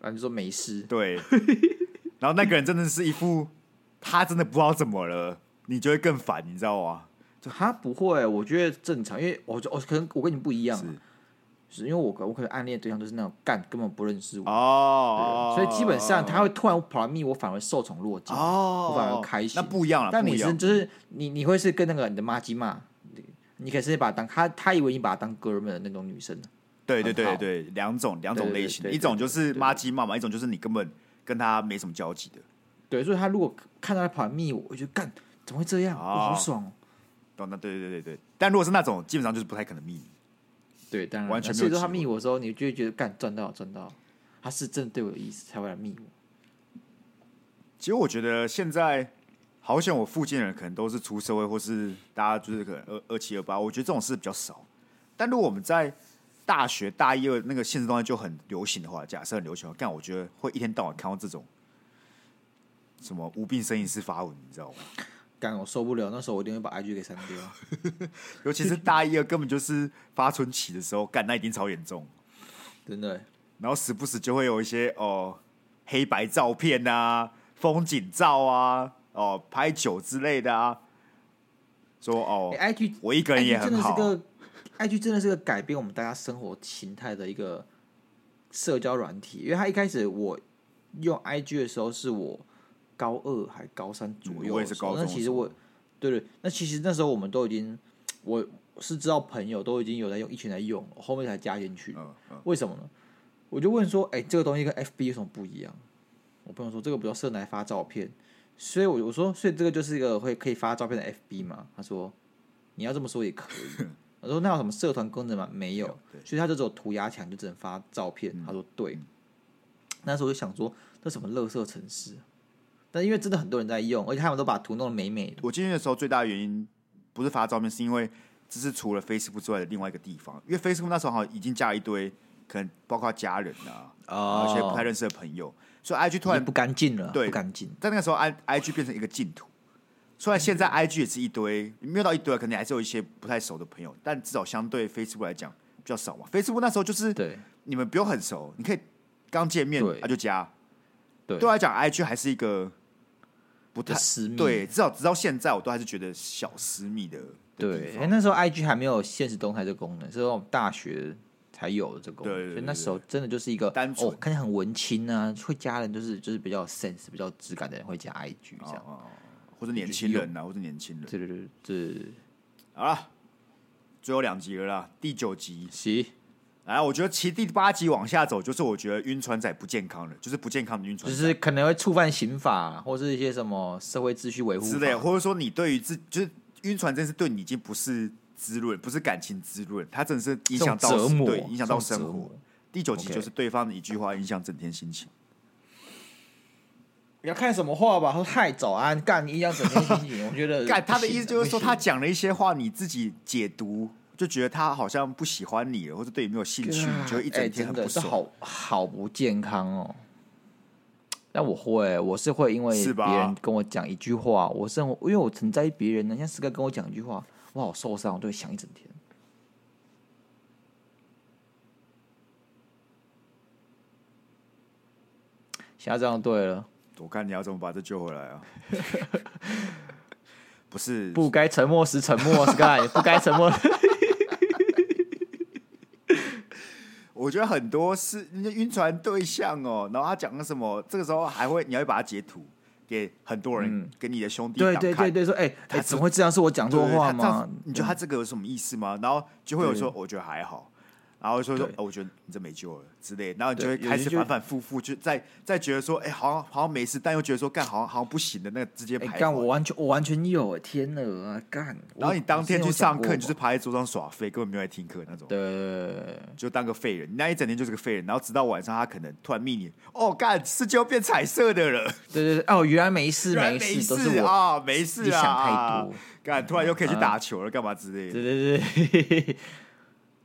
然后啊就说没事，
对，然后那个人真的是一副他真的不知道怎么了，你就会更烦，你知道吗？
他不会，我觉得正常，因为我就我可能我跟你不一样啊，是因为我我可能暗恋的对象都是那种干根本不认识我，
哦，
所以基本上他会突然跑来密我，反而受宠若惊，
哦
我反而开心。
那不一样了，
但
不
你
一
是
样
就是你你会是跟那个你的妈鸡骂，你可是把她当他他以为你把她当哥们的那种女生，
对对对
很好
对，两种两种
对对
类型的，
对对
一种就是妈鸡骂嘛，一种就是你根本跟他没什么交集的，
对，所以他如果看到他跑来密我，我就干怎么会这样，我好
哦
爽哦。
懂那对对对对对。但如果是那种，基本上就是不太可能密你。
对，当然
完全没有
所以说
机
他
会
密我的时候，你就会觉得干赚到了赚到了，他是真的对我有意思才会来密我。
其实我觉得现在好像我附近的人可能都是出社会，或是大家就是可能二二七二八，我觉得这种事比较少。但如果我们在大学大一二那个现实状态就很流行的话，假设很流行的话，干我觉得会一天到晚看到这种什么无病呻吟式发文，你知道吗？
干我受不了，那时候我一定会把 IG 给删掉。
尤其是大一二根本就是发春期的时候，干那一定超严重。
真的欸，
然后时不时就会有一些哦黑白照片啊、风景照啊、哦拍酒之类的啊，说哦、
哎、IG
我一个人也
IG
很
真的是
好，
个 IG 真的是个改变我们大家生活形态的一个社交软体，因为它一开始我用 IG 的时候是我高二还高三左
嗯
右
我
的
也是
时候、
高中的
那其实我对对，那其实那时候我们都已经我是知道朋友都已经有在用，一群在用，我后面才加进去。
嗯嗯，
为什么呢？我就问说，哎、这个东西跟 FB 有什么不一样？我朋友说这个比较适合拿来发照片，所以我我说，所以这个就是一个会可以发照片的 FB 嘛？他说你要这么说也可 以。我说那有什么社团功能吗？没有，所以他就只有涂鸦墙，就只能发照片。
嗯
他说对。那时候我就想说，这什么垃圾城市啊、但因为真的很多人在用，而且他们都把图弄得美美的。
我进去的时候最大的原因不是发照片，是因为这是除了 Facebook 之外的另外一个地方，因为 Facebook 那时候好像已经加了一堆，可能包括家人啊，
哦
而且不太认识的朋友，所以 IG 突
已
然
经不干净了，
对
不干净。
在那个时候，i i g 变成一个净土。虽然现在
嗯
i g 也是一堆，没有到一堆啊，可能还是有一些不太熟的朋友，但至少相对 Facebook 来讲比较少嘛。Facebook 那时候就是
对
你们不用很熟，你可以刚见面
对
啊就加。
对
对我来讲，i g 还是一个不太
比较私密
对，至少直到现在，我都还是觉得小私密的。的地
对，
方
哎那时候 IG 还没有现实动态这个功能，是我们大学才才有这个，
对对对
所以那时候真的就是一个
单纯
哦，看起来很文青啊，会加人就是就是比较有 sense、比较有质感的人会加 IG 这
哦
样，
或者年轻人啊，或者年轻人。
对对对对，
好了，最后两集了啦，第九集。
行，
来，我觉得其实第八集往下走，就是我觉得晕船仔不健康了，就是不健康的晕船
就
仔。
是可能会触犯刑法啊或是一些什么社会秩序维护
之类的，
法，
或者说你对于自就是晕船，真是对你已经不是滋润，不是感情滋润，它真的是影响到
这种折磨
对，影响到
这
生
种折
活
磨。
第九集
OK
就是对方的一句话影响整天心情，
不要看什么话吧，说太早安，干一样整天心情，我觉 得
干他的
呃不行
意思就是说
不行
他讲了一些话，你自己解读就觉得他好像不喜欢你了，或者对你没啊有兴趣，你就会一
哎
整天
真
很
的
不
是
爽。
好好不健康哦。但我会，我是会因为
是吧
别人跟我讲一句话，我是很因为我很在意别人呢。像四哥跟我讲一句话，我好受伤，我都会想一整天。现在这样对了，
我看你要怎么把这救回来 啊？不是，
不该沉默时沉默，Sky，不啊 该沉默。
我觉得很多是你的晕船对象哦，然后他讲了什么，这个时候还会你还会把它截图给很多人，给你的兄弟党
嗯对
看。
对对对，说哎
他
哎，
是
怎么会这样？是我讲错
对
话
他这样
吗
子？你觉得他这个有什么意思吗？然后就会有人说，
对
我觉得还好，然后就说，
嗯对
哦我觉得你这没救了之类的，然后你就会
对有
开
些
始
就
反反复复，就再再觉得说，哎，好像好像没事，但又觉得说，干好像好像不行的那个直接
哎、
排。
干我完全我完全有哎，天哪啊干！
然后你当天去上课，你就是
是
趴在桌上耍废，根本没有来听课那种。
对
就当个废人，你那一整天就是个废人，然后直到晚上他可能突然密你，哦，干世界又变彩色的了，
对对对哦，原来没事
原来
事都
事
是 我，
啊，没事啊，
你想太多，嗯
干突然又可以去打球了，干嘛之类的
对，对对嘿嘿嘿，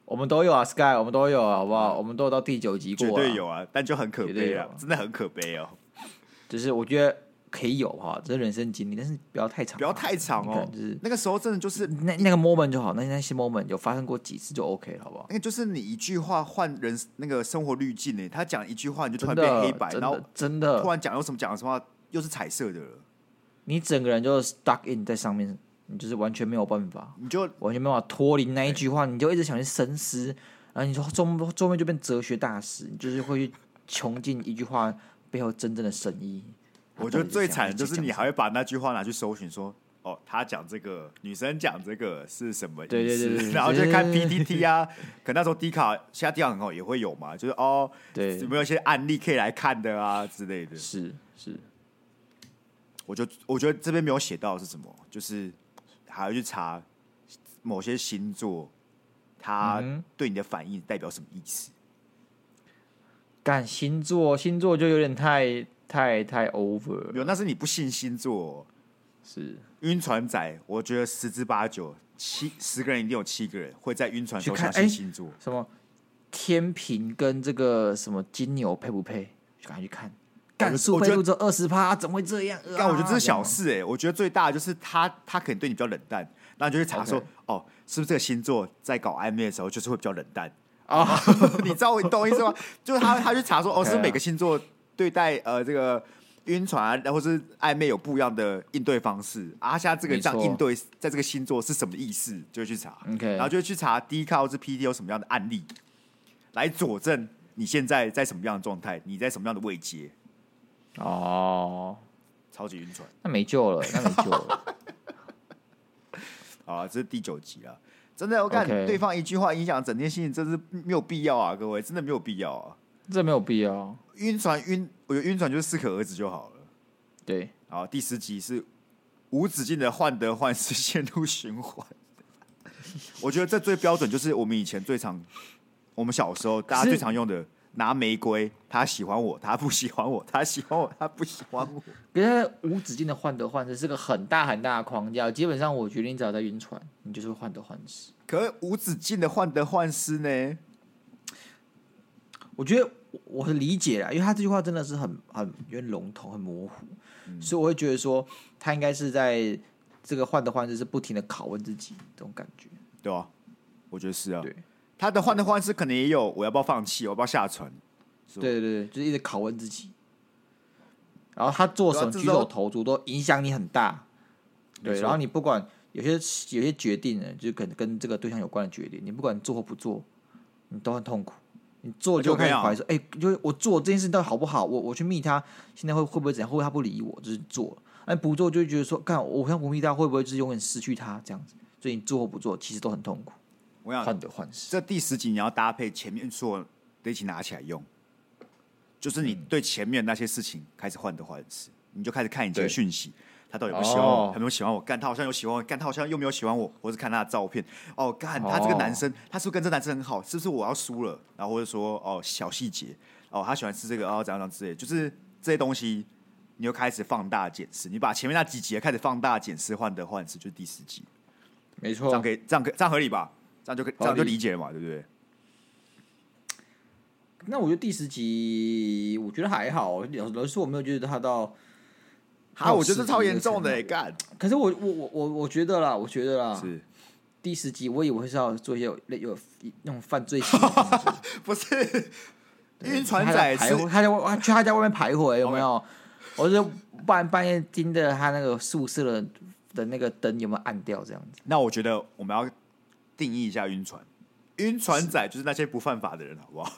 我们都有啊，Sky，我们都有啊，好不好？我们都有到第九集
嗯
过、
绝
啊，
对，有啊，但就很可
绝对
悲
有
啊
啊，
真的很可悲哦。
就是我觉得可以有哈、这是人生经历，但是不要太长啊，
不要太长
你可
哦
能就是，
那个时候真的就是
那那个 moment 就好，那那些 moment 有发生过几次就 OK 了，好不好？
那个就是你一句话换人那个生活滤镜欸呢，他讲一句话你就突然
真
变
的
黑白，
真
然后
的真
突
的，
然讲又什么讲什么又是彩色的了，
你整个人就 stuck in 在上面，你就是完全没有办法。
你就
完全没办法脱离那一句话，你就一直想去深思，然后你说中中面就变哲学大师，你就是会去穷尽一句话背后真正的深意。
我觉得最惨的
到底
就是是
怎样
你还会把那句话拿去搜寻说。哦，他讲这个女生讲这个是什么意思？
对对对对对
然后就看
对对
PTT 啊，可那时候 D 卡，其他地方很好也会有嘛，就是哦，
对
有没有一些案例可以来看的啊之类的。
是是，
我就我觉得这边没有写到的是什么，就是还要去查某些星座，它
嗯哼
对你的反应代表什么意思？
干星座星座就有点太太太 over
没
了
有，那是你不信星座、哦
是
晕船仔，我觉得十之八九，七十个人一定有七个人会在晕船时候
去看
相信
哎
星座。
什么天平跟这个什么金牛配不配？就赶快去看，
我觉得
干速
我
配
觉
度
得
只有二十趴，啊怎么会这 样？
但我觉得这是
啊
小，事哎、我觉得最大的就是他，他可能对你比较冷淡，那你就去查说
OK
哦，是不是这个星座在搞暧昧的时候就是会比较冷淡
啊
啊？ 你知道我你懂我意思吗？就是他他去查说哦，
OK 啊
是不是每个星座对待呃这个晕船啊，或是暧昧有不一样的应对方式啊？他现在这个
没
这
错
样应对，在这个星座是什么意思？就会去查
OK
然后就会去查 D 卡或是 PT 有什么样的案例来佐证你现在在什么样的状态，你在什么样的位阶，
这样哦，
超级晕船。
那没救了，那没救 了。
好啊，这是第九集了。真的，我看
OK
对方一句话影响整天心情，真是没有必要啊！各位，真的没有必要啊！
这没有必要。
晕船晕，我觉得晕船就是适可而止就好了。
对，
好，第十集是无止境的患得患失， 陷入循环。我觉得这最标准就是我们以前最常，我们小时候大家
是
最常用的拿玫瑰，他喜欢我，他不喜欢我，他喜欢我，他不喜欢我。
可是它无止境的患得患失是个很大很大的框架。基本上，我决定只要在晕船，你就是会患得患失。
可是无止境的患得患失呢？
我觉得我我很理解啦，因为他这句话真的是很很有点笼统、很模糊，所以我会觉得说他应该是在这个患得患失是不停的拷问自己这种感觉。
对啊，我觉得是啊。
对
他的患得患失可能也有，我要不要放弃？我要不要下船？是吧
对对对，就是一直拷问自己。然后他做什
对
么
啊这
举
时候
手投足都影响你很大，
没
对。
错
然后你不管有些有些决定呢，就可能跟这个对象有关的决定，你不管做或不做，你都很痛苦。你做就开始怀疑说，哎、就是我做这件事到底好不好？我我去密他，现在会会不会怎样？会不会他不理我？就是做了，那不做就会觉得说，干我像不密他，会不会就是永远失去他这样子？所以你做或不做，其实都很痛苦，
我想
患得患失。
这第十集你要搭配前面做的一起拿起来用，就是你对前面那些事情开始患得患失，你就开始看你这个
对
讯息，他到底有没有喜欢我，
哦
他有没有喜欢我，干他好像有喜欢我，干他好像又没有喜欢我，或是看他的照片，哦，干他这个男生，他是不是跟这男生很好，是不是我要输了？然后或者说哦小细节，哦他喜欢吃这个，哦怎样怎样之类的，就是这些东西。你又开始放大检视，你把前面那几集开始放大检视，患得患失，就是第十集。
没
这样
错
可，以，这样可以，这样合理吧？这样就可以，这
合理
样就理解了嘛，对不对？
那我觉得第十集我觉得还好，老老实说我没有觉得他到，
啊，我觉得超严重的、欸，
欸。
干
可是我我我我我觉得啦，我觉得啦，
是
第十集我以为是要做一些有类有那种犯罪 行为的东西
不是？晕船
他
仔
在徘
是哦
徊，他在外去他家外面徘徊，有没有？我就半半夜盯着他那个宿舍的的那个灯有没有暗掉，这样子。
那我觉得我们要定义一下晕船。晕船仔就是那些不犯法的人，好不好？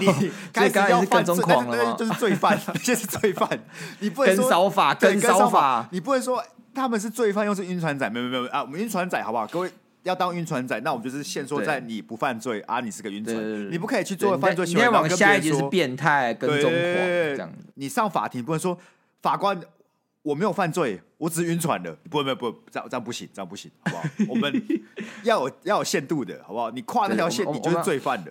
你 开始
哦刚才
要
是
犯
跟踪
罪，
狂
那
了
是
吗
就是罪犯，那些是罪犯。你不能
跟
说
骚法，
对
跟骚
法
法，，
你不能说他们是罪犯又是晕船仔，没有没有没有啊，我们晕船仔好不好？各位要当晕船仔，那我们就是限缩在
对
你不犯罪啊，你是个晕
对对
船，
对
你不可以去
对
做
你
犯
再
罪行
你
为。
再往
然后跟别
下
人
一集就是
说
变态跟踪狂这样子。
你上法庭不能说法官我没有犯罪，我只是晕船了。不不不，这样这样不行，这样不行，好不好？我 们要有要有限度的，好不好？你跨那条线，
对我
你
们
就是罪犯了。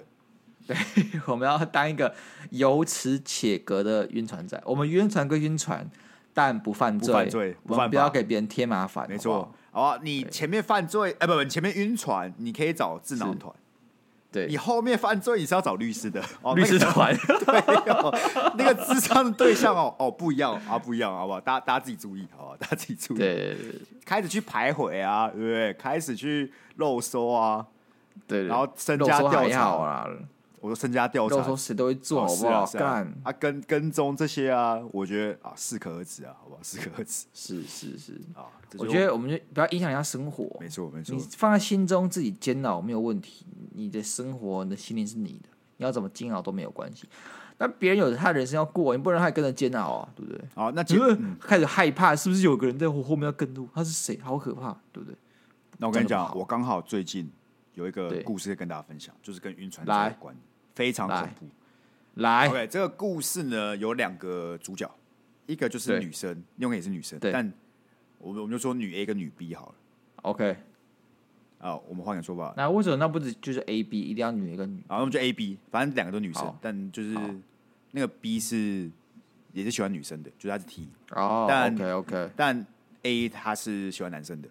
我们要当一个有耻且格的晕船仔，我们晕船归晕船，但不犯罪，
不犯罪不犯
我
法
们不要给别人添麻烦，
没
好不
错
好，
好吧？你前面犯罪，哎、不不，你前面晕船，你可以找智囊团；
对
你，后面犯罪，你是要找律师的。哦，
律师
那个
团
对哦，那个智商的对象哦哦不一样啊，不一样，好不好？大家大家自己注意，好不好？大家自己注意。
对对
开始去徘徊啊，对不对？开始去漏搜啊，
对，
然后身
肉
家
搜
调
还
查啊
好，啦，
我说身家调查，
肉搜谁都会做，
哦
好
是
不
啊
好？
是啊
干，
啊跟跟踪这些啊，我觉得啊适可而止啊，好不好？适可而止
是是是，
啊，这
我
就
觉得我们就不要影响人家生活，
没错没错
你，放在心中自己煎熬没有问题，你的生活、你的心灵是你的，你要怎么煎熬都没有关系。那别人有他的人生要过，你不能让他跟着煎熬啊，对不对？
好，那结
只是开始害怕，是不是有个人在我后面要跟路？他是谁？好可怕，对不对？
那我跟你讲
真的不，好
我刚好最近有一个
对
故事跟大家分享，就是跟晕船
来
仔有关，非常恐
来哎
怖。
来
OK，这个故事呢有两个主角，一个就是
对
女生，另外一个也是女生，
对
但我们我们就说女 A 跟女 B 好了
o k
啊，我们换个说法，
那为什么那不止就是 A B，一定要女一个女？
然后我们就 A B，反正两个都女生
好，
但就是
好
那个 B 是也是喜欢女生的，就是他是 T，
哦、
但
o k OK，
但 A 他是喜欢男生的。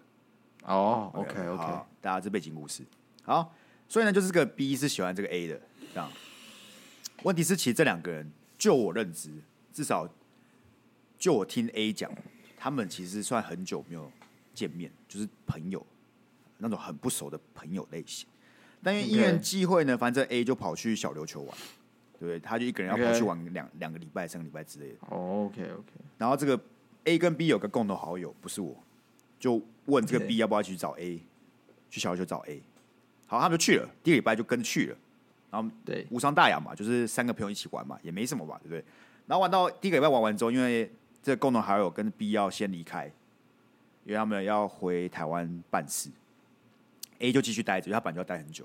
哦、o k OK，
好大家这背景故事。好，所以呢，就是这个 B 是喜欢这个 A 的，这样。问题是，其实这两个人，就我认知，至少就我听 A 讲，他们其实算很久没有见面，就是朋友那种很不熟的朋友类型。但因为
OK
因缘际会呢，反正 A 就跑去小琉球玩，对不对？他就一个人要跑
OK
去玩两两个礼拜、三个礼拜之类的。
哦 OK OK，
然后这个 A 跟 B 有个共同好友，不是我，就问这个
Okay
B 要不要去找 A，去小琉球找 A。好，他们就去了，第一个礼拜就跟去了，然后
对，
无伤大雅嘛，就是三个朋友一起玩嘛，也没什么吧，对不对？然后玩到第一个礼拜玩完之后，因为这个共同好友跟 B 要先离开，因为他们要回台湾办事，A 就继续待着，因为他本来就要待很久，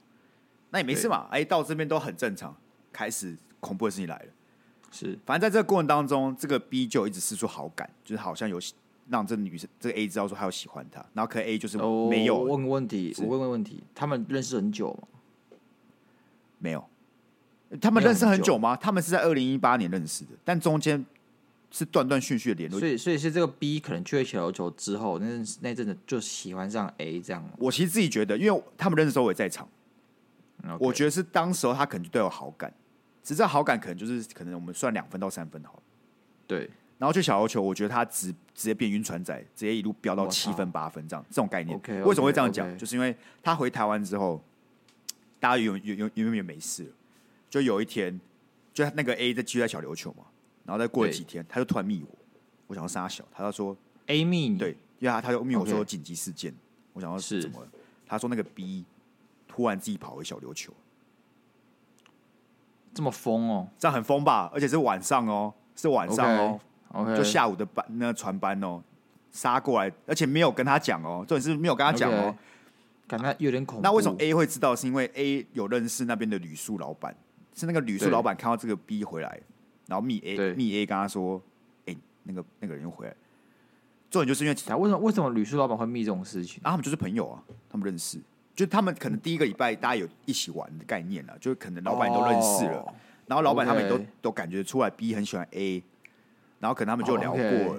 那也没事嘛，哎，到这边都很正常。开始恐怖的事情来了。
是
反正在这个过程当中，这个 B 就一直示出好感，就是好像有喜让这女生这个 A 知道说他有喜欢她，然后可能 A 就是
哦，
没有、
我问个问题，
是
我问个问题，他们认识很久吗？
没有，他们
没有
认识
很
很
久
久吗？他们是在二零一八年认识的，但中间是断断续续的联络
所。以，所以是这个 B 可能去了小琉球之后，那阵那阵子就喜欢上 A 这样吗
我其实自己觉得，因为他们认识的时候我也在场，
嗯，OK？
我觉得是当时候他可能就对我好感，只是这好感可能就是可能我们算两分到三分好了。
对，
然后去小琉球，我觉得他直直接变晕船仔，直接一路飙到
我操
七分八分这样，这种概念。
OK，OK，
为什么会这样讲
OK
就是因为他回台湾之后，大家永永永永远没事了。就有一天，就那个 A 在居在小琉球嘛，然后再过了
对
几天，他就突然密我，我想要杀小，他就说
Amy
对，因为他他就密我
OK
说紧急事件，我想要
是
怎么了？他说那个 B 突然自己跑回小琉球，
这么疯哦
这样很疯吧？而且是晚上哦，是晚上哦
，OK，
就下午的班那船班哦，杀过来，而且没有跟他讲哦，重点是没有跟他讲哦。，
感觉有点恐怖。
那为什么 A 会知道？是因为 A 有认识那边的旅宿老板，是那个旅宿
对
老板看到这个 B 回来，然后密
对
A 密 A 跟他说：“哎、那个那个人又回来。”重点就是因为
啊？为什么为什么旅宿老板会密这种事情？
啊，他们就是朋友啊，他们认识，就他们可能第一个礼拜大家有一起玩的概念啊，就是可能老板都认识了，
哦
然后老板他们也都
OK
都感觉出来 B 很喜欢 A，然后可能他们就
哦
聊过
OK
了，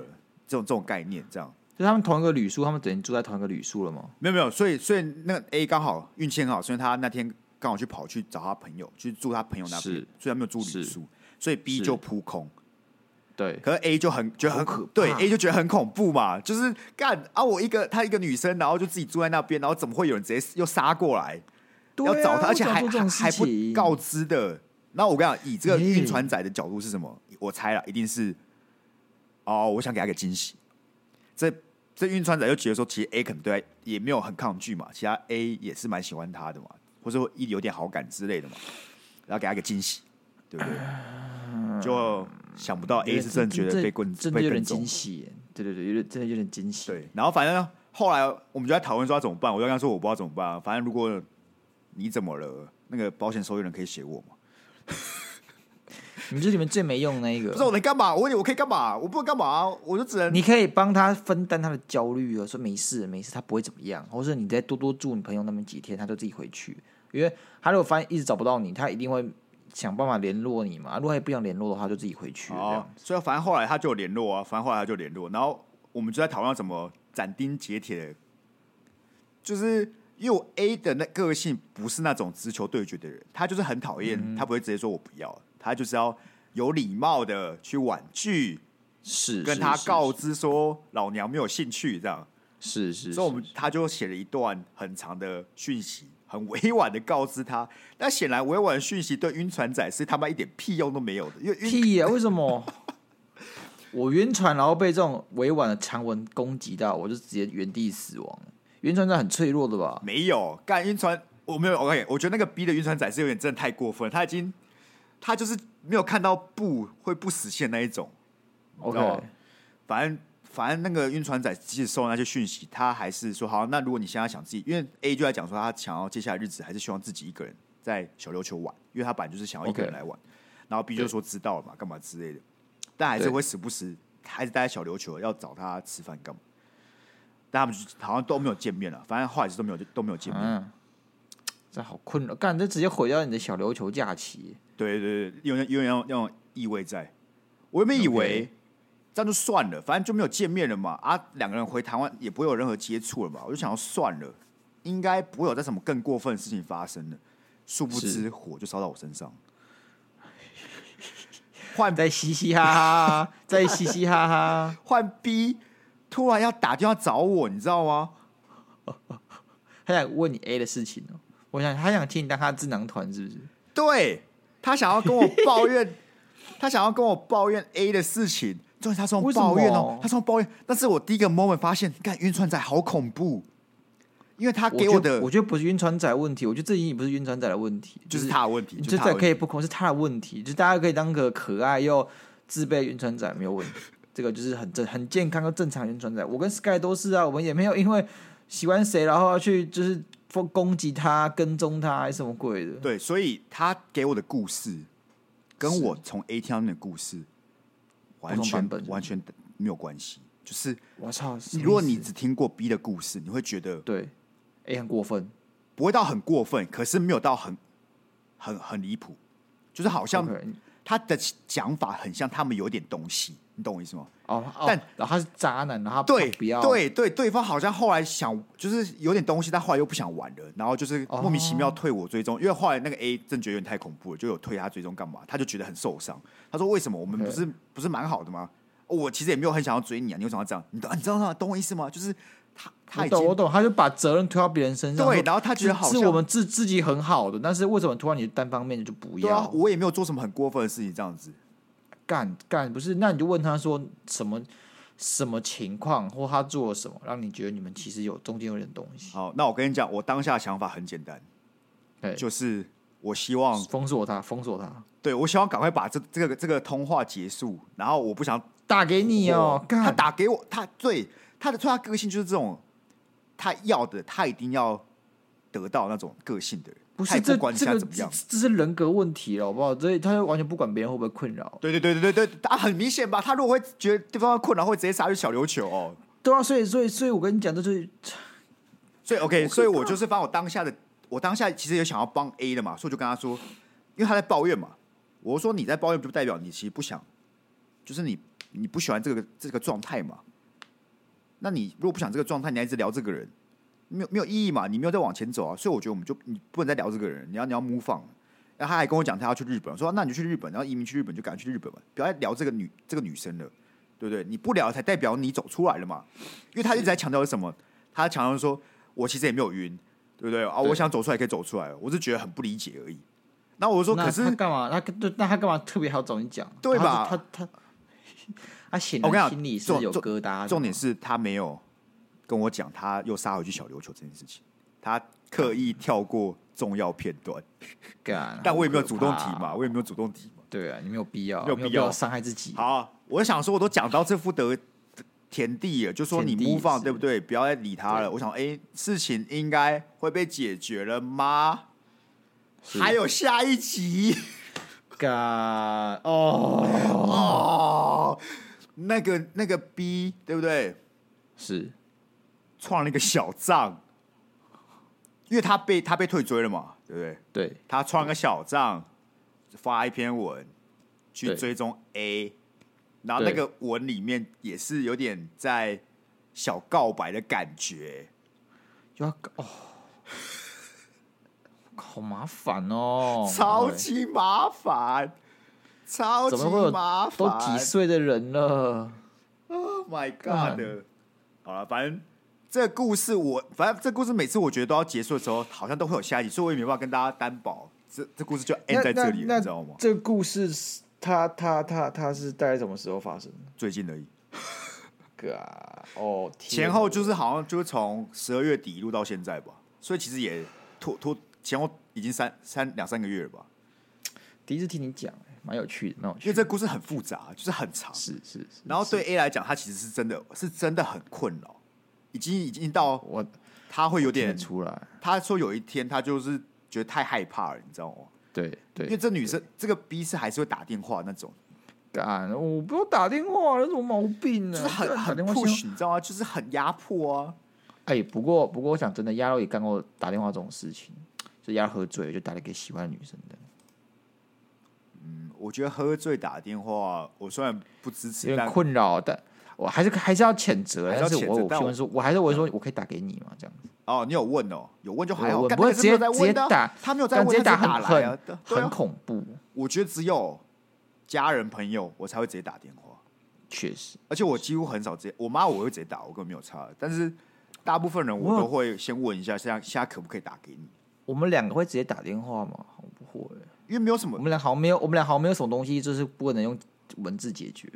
这种这种概念这样。
就他们同一个旅宿，他们等于住在同一个旅宿了吗？
没有没有，所以所以那个 A 刚好运气很好，所以他那天刚好去跑去找他朋友，去住他朋友那边，所
是
以他没有住旅
是
宿，所以 B
是
就扑空，
对，
可是 A 就很觉得很
好可怕
对 A 就觉得很恐怖嘛，就是干啊我一个她一个女生，然后就自己住在那边，然后怎么会有人直接又杀过来、
对啊
要找她，而且还
为什么要做这种
还还
事
不
情
告知的。那我跟你讲，以这个
嗯
晕船仔的角度是什么？我猜了，一定是哦，我想给他个惊喜。这这晕船仔就觉得说，其实 A 可能对他也没有很抗拒嘛，其他 A 也是蛮喜欢他的嘛，或者说一有点好感之类的嘛，然后给他个惊喜，对不对？就想不到 A 是真的觉得被棍
真的
被
有点
跟踪
惊，喜耶。对对对，有点真的有点惊喜。
对。然后反正后来我们就在讨论说要怎么办，我就跟他说我不知道怎么办啊，反正如果你怎么了，那个保险受益人可以写我嘛。
你们就是你们最没用的那一个。
不是我能干嘛？我问你我可以干嘛？我不能干嘛啊、我就只能
你可以帮他分担他的焦虑啊，说没事没事，他不会怎么样，或者你再多多住你朋友那边几天，他就自己回去。因为他如果发现一直找不到你，他一定会想办法联络你嘛。如果他也不想联络的话，就自己回去了这
哦
样。，
所以反正后来他就有联络啊，反正后来他就联络，然后我们就在讨论要怎么斩钉截铁的，就是因为我 A 的那个性不是那种直球对决的人，他就是很讨厌，
嗯
他不会直接说我不要，他就是要有礼貌的去婉拒，
是
跟
是
他
是
告知说老娘没有兴趣这样，
是是，
所以我
是
们他就写了一段很长的讯息。很委婉的告知他，但显然委婉的讯息对晕船仔是他妈一点屁用都没有的，因为晕
屁呀、为 什么？我晕船，然后被这种委婉的长文攻击到，我就直接原地死亡。晕船是很脆弱的吧？
没有干晕船，我没有。OK，我觉得那个 B 的晕船仔是有点真的太过分了，他已经他就是没有看到不会不实现那一种。
OK，
哦反正反正那个晕船仔即使收到那些讯息，他还是说好。那如果你现在想自己，因为 A 就在讲说他想要接下来日子还是希望自己一个人在小琉球玩，因为他本来就是想要一个人
OK
来玩。然后 B 就说知道了嘛，干嘛之类的，但还是
对
会时不时还是待在小琉球要找他吃饭干嘛。但他们就好像都没有见面了，反正后来是都没有都没有见面。
嗯，这好困扰，干这直接毁掉你的小琉球假期。
对对对，有点有点那种那种意味在。我原本以为
OK
这样就算了，反正就没有见面了嘛，啊，两个人回台湾也不会有任何接触了嘛，我就想要算了，应该不会有再什么更过分的事情发生了。殊不知
是
火就烧到我身上，换
在嘻嘻哈哈，在嘻嘻哈哈，
换 B 突然要打电话找我，你知道吗？
他想问你 A 的事情哦、我想他想请你当他智囊团是不是？
对他想要跟我抱怨，他想要跟我抱怨 A 的事情，重点他是用
为什么
抱怨哦，他是用抱怨。但是我第一个 moment 发现，干晕船仔好恐怖，因为他给
我觉得
的
我觉得不是晕船仔问题，我觉得这已经不是晕船仔的问题，
就是
是
他的问题，就是
这
他的
这
问
可以
题。
不空是他的问题，就大家可以当个可爱又自卑的晕船仔没有问题，这个就是很正很健康又正常的晕船仔。我跟 Sky 都是啊，我们也没有因为喜欢谁然后要去就是攻攻击他、跟踪他还是什么鬼的。
对，所以他给我的故事，跟
是
我从 A 听到那个故事，完
同版
全
本是不是
完全没有关系。就是
我操！什么
如果
意
你
思
只听过 B 的故事，你会觉得
对 A 很过分，
不会到很过分，可是没有到很很很离谱，就是好像
OK
他的讲法很像他们有点东西，你懂我意思吗？
哦，哦
但
然后他是渣男，然后他
对，
不要
对对，对方好像后来想就是有点东西，但后来又不想玩了，然后就是
哦
莫名其妙退我追踪，因为后来那个 A 真觉得有点太恐怖了，就有退他追踪干嘛？他就觉得很受伤。他说：“为什么我们
OK
不是不是蛮好的吗？哦我其实也没有很想要追你啊，你为什么要这样？你懂你知道吗？懂我意思吗？就是他他
我
已
懂我
经
懂，他就把责任推到别人身上，
对，
说
然后他觉得好
是
像
是我们自自己很好的，但是为什么突然你单方面的就不
对啊
要，
我也没有做什么很过分的事情，这样子。
干干？不是，那你就问他说什么什么情况，或他做了什么，让你觉得你们其实有中间有点东西。
好，那我跟你讲，我当下想法很简单，
对，嗯
就是我希望
封锁他，封锁他，
对我希望赶快把这这个这个通话结束，然后我不想
打给你哦，干
他打给我，他对他的他个性就是这种，他要的他一定要得到那种个性的人，
不
他
是
也
这
不管你
这
现在
个
怎么
这
样。
这是人格问题了，好不好？所以他就完全不管别人会不会困扰，
对对对对对对，啊，很明显吧？他如果会觉得对方困扰，会直接杀去小琉球哦。
对啊，所以所以所以我跟你讲，这就是
所以 OK，所以我就是把我当下的，我当下其实也想要帮 A 的嘛，所以我就跟他说，因为他在抱怨嘛，我说你在抱怨，就代表你其实不想，就是你你不喜欢这个这个状态嘛。那你如果不想这个状态，你还一直聊这个人，没有没有意义嘛？你没有再往前走啊。所以我觉得我们就你不能再聊这个人，你要你要 move on。然后他还跟我讲他要去日本，我说那你就去日本，然后移民去日本就赶快去日本嘛，不要再聊这个女这个女生了，对不对？你不聊才代表你走出来了嘛。因为他一直在强调是什么？他强调说我其实也没有晕，对不对啊？
对
我想走出来可以走出来，我是觉得很不理解而已。那我就说，
那
可是
他干嘛？他对那他干嘛特别还要找你讲？
对吧
他他他他显
我跟你
然
讲
心里是
重
有
重
疙瘩的嘛。
啊重点是他没有跟我讲，他又杀回去小琉球这件事情，他刻意跳过重要片段，
干，
但我也没有
好
主
可
动提
怕哦
嘛，我也没有主动提嘛。
对啊，你没有必要，
没有必
没有必
要
要伤害自己。
好啊，我想说，我都讲到这副德田地了，就说你
田地
move
也
on
是
对不对？不要再理他了。我想，哎、事情应该会被解决了吗？
是
还有下一集
干哦，
哦，那个那个 B 对不对？
是
创了一个小账，因为他被他被退追了嘛，对不对？
对
他创个小账，发一篇文去
对
追踪 A，然后那
对
个文里面也是有点在小告白的感觉。
就要哦， 好麻烦哦，
超级麻烦，超
哎怎
级
么会有
麻烦，
都几岁的人了，
？Oh my
嗯
god！好了，反正这个故事我，反正这故事每次我觉得都要结束的时候，好像都会有下一集，所以我也没办法跟大家担保，这这故事就 end 在这里了，你知道吗？
这个故事是它它它它是大概什么时候发生的？
最近而已，
个啊，哦，天
前后就是好像就是从十二月底一路到现在吧，所以其实也拖拖前后已经三三两三个月了吧，
第一次听你讲，哎蛮有趣的，蛮有
因
趣
为
的，
这故事很复杂，就是很长，
是是是。
然后对 A 来讲，他其实是真的是真的很困扰，已经已经到
我
他会有
哦听得
点
出来，
他说有一天他就是觉得太害怕了，你知道吗？
对对，
因为这女生这个 B 是还是会打电话那种，
干，我不用打电话，有什么毛病
就
呢、
是很
啊打
很
电话先
push，你知道吗？就是很压迫啊。
哎、不过不过，我想真的，鸭肉也干过打电话这种事情，就鸭肉喝醉了就打了给喜欢的女生的，
嗯我觉得喝醉打电话，我虽然不支
有
持，
点
但
困扰，但我还是还是要谴责，
还是要
但是
谴责
我我
但
评
我嗯
论说，我还是我说我可以打给你嘛，这样子，
哦，你有问哦，有问就还好，
我
干
不会
那个是没有
直接
在问的啊
直接打
他没有在
但
问，
直接
他
很
只是打来啊
很、
对对
很
啊。
恐怖，
我觉得只有家人朋友我才会直接打电话，
确实，
而且我几乎很少直接，我妈我会直接打，我根本没有差，但是大部分人我
我有
都会先问一下，现在现在可不可以打给你，
我们两个会直接打电话吗？好像不会，
因为没有什么
我们俩好像没有，我们俩好像没有什么东西，就是不可能用文字解决，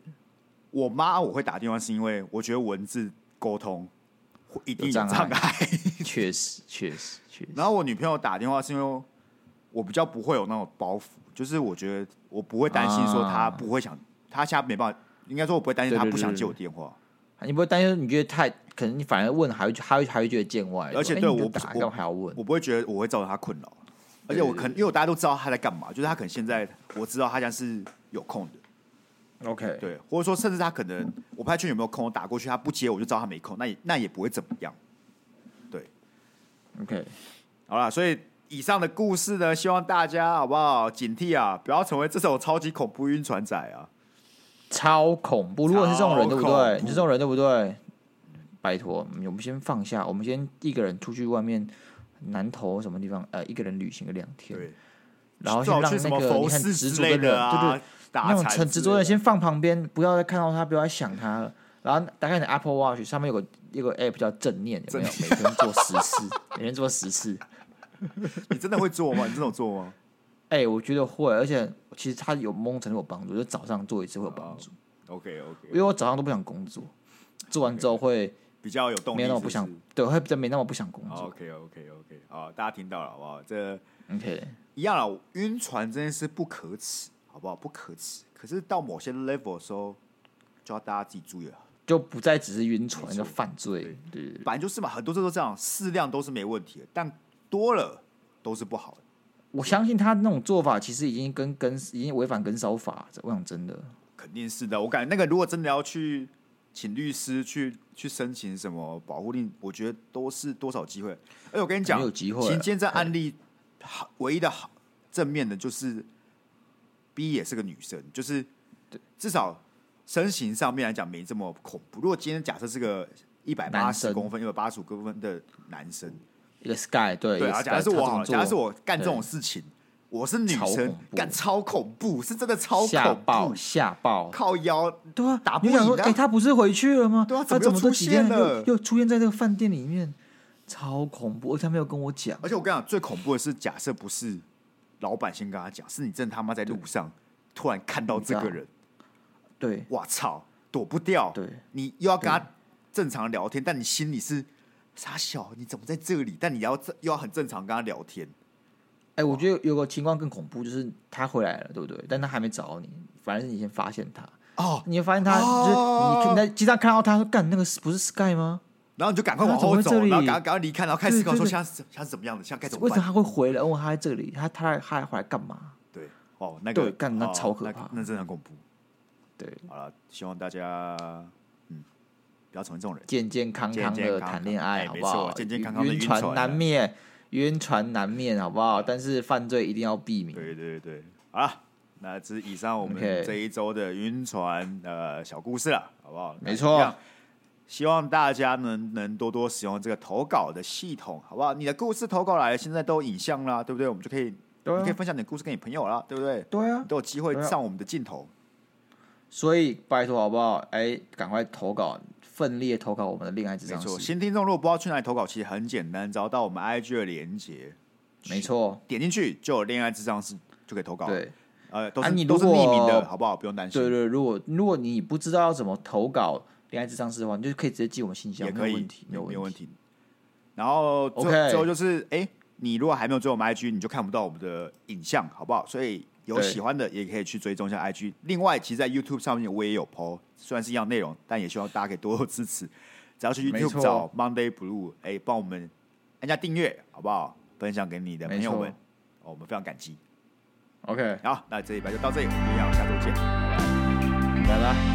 我妈我会打电话是因为我觉得文字沟通会一定有
有
障
障碍
碍，
确实确实确实，
然后我女朋友打电话是因为我比较不会有那种包袱，就是我觉得我不会担心说她
啊
不会想，她现在没办法，应该说我不会担心她
对对
不想
对对
接我电话，
你不会担心？你觉得太可能，你反而问还会还会还会觉得见外，
而且
说哎
对
你就
我不
打
我
干嘛还要问
我？不会觉得我会造成她困扰，而且我可能
对对
因
对
为我大家都知道她在干嘛，就是她可能现在我知道她现在是有空的，
OK，
对，或者说甚至她可能我不太确定有没有空，我打过去她不接我就知道她没空，那也那也不会怎么样，对。
OK，
好啦，所以以上的故事呢，希望大家好不好警惕啊，不要成为这种超级恐怖晕船仔啊！
超恐怖！如果你是这种人，
超
对
恐
不
怖
对？你是这种人，对不对？拜托，我们先放下，我们先一个人出去外面南投什么地方，呃，一个人旅行个两天，
对，
然后
最
先
好
让
去什
那
么
个
佛
你很
寺
执
之
着的
类
人，
的
对
啊
对，，
打
那种
禅
很
之
执着的
类
人先放旁边，不要再看到他，不要再想他了。然后打开你的 Apple Watch，上面有个一个 App 叫正念，有没有？每天做十 次，每天做十次。
你真的会做吗？你真的有做吗？
哎、我觉得会，而且其实它有某种程度有帮助，就早上做一次会有帮助，
哦 OK
因
OK，
为我早上都不想工作，做完之后会
比较有动力
没有那么不想，对，会比较没那么不想工作。
OK OK OK，好，大家听到了好不好？这
OK，
一样了，晕船这件事不可耻，好不好？不可耻。可是到某些 level 的时候，就要大家自己注意了。
就不再只是晕船，叫犯罪。对对对
本来就是嘛，很多事都这样，适量都是没问题的，但多了都是不好的。
我相信他那种做法其实已经跟跟已经违反跟骚法，我想真的。
肯定是的，我感觉那个如果真的要去请律师去去申请什么保护令，我觉得都是多少机会。而且我跟你讲，
很有机会啊
行奸这案例好唯一的好正面的就是 B 也是个女生，就是至少身形上面来讲没这么恐怖。如果今天假设是个一百八
男
十
生
公分、一百八十公分的男生，
一个 Sky
对
对，一个
啊，
Sky，
假如是我好
他
了，
这
假如
么
是
做
我干这种
对
事情，我是女
超
生
恐，怖
干超恐怖，是真的超
吓
恐
爆
怖，
吓爆，
靠腰
对啊，
打不
你想说，
赢啊
哎、他不是回去了吗？
对啊
他
怎
怎
么又
么
出
这几天
现了
又又出现在这个饭店里面？超恐怖，而且他没有跟我讲。
而且我跟你讲，最恐怖的是，假设不是老板先跟他讲，是你真的他妈在路上突然看到这个人，
对
哇操，躲不掉。
啊对，
你又要跟他正常聊天，但你心里是傻小，你怎么在这里？但你要又要很正常跟他聊天，
哎、我觉得有个情况更恐怖，就是他回来了，对不对？但他还没找你，反而是你先发现他，
哦，
你会发现他、
哦
就是你在机上看到他说：“干，那个是不是 Sky 吗？
然后你就赶快往后
他怎么会
走，
这里
然后赶快赶快离开，然后开始思考
对
说
对对
现在是现在是怎么样的，现在该怎么
为什么
办？
他会回来？问他在这里，他他他还回来干嘛
对，哦，那个
对干那
哦
超可
那
怕
那真的很恐怖。？”
对，
好了，希望大家嗯不要成为这种人。
健健康康
健健
的
康康
谈恋爱，
哎
好
没
不
错
好？
健健康康的晕
晕
船
船
啊
难免，晕船难免，好不好？但是犯罪一定要避免。
对对对，好了，那这是以上我们
OK
这一周的晕船呃小故事了，好不好？
没错
那一样希望大家能能多多使用这个投稿的系统，好不好？你的故事投稿来了，现在都有影像啦，对不对？我们就可以，
对啊
你可以分享你的故事给你朋友啦，对不对？
对啊
你都有机会
对啊
上我们的镜头。
所以拜托好不好？哎，赶快投稿，奋力地投稿我们的恋爱智
没
商
错，
室。
新听众如果不知道去哪里投稿，其实很简单，找到我们 IG 的连接，
没错，
点进去就有恋爱智商是就可以投稿。，
对
呃，都是、
啊你
都是
如果
匿名的，好不好？不用担心。
对对，如果如果你不知道要怎么投稿恋爱智商室的话，你就可以直接寄我们信箱，
也
没
可
有
以
问题，，
没有
有
问
问。
题。然后最后
OK
最后就是，哎、你如果还没有追我们 IG，你就看不到我们的影像，好不好？所以有
对
喜欢的也可以去追踪一下 IG。另外，其实，在 YouTube 上面我也有 PO，虽然是一样内容，但也希望大家可以多多支持。只要去
没
YouTube
错
找 Monday Blue，哎、帮我们按下订阅，好不好？分享给你的朋友
没
们
错，
哦，我们非常感激。
OK，
好，那这一拜就到这里，我们一样下周见。
拜拜。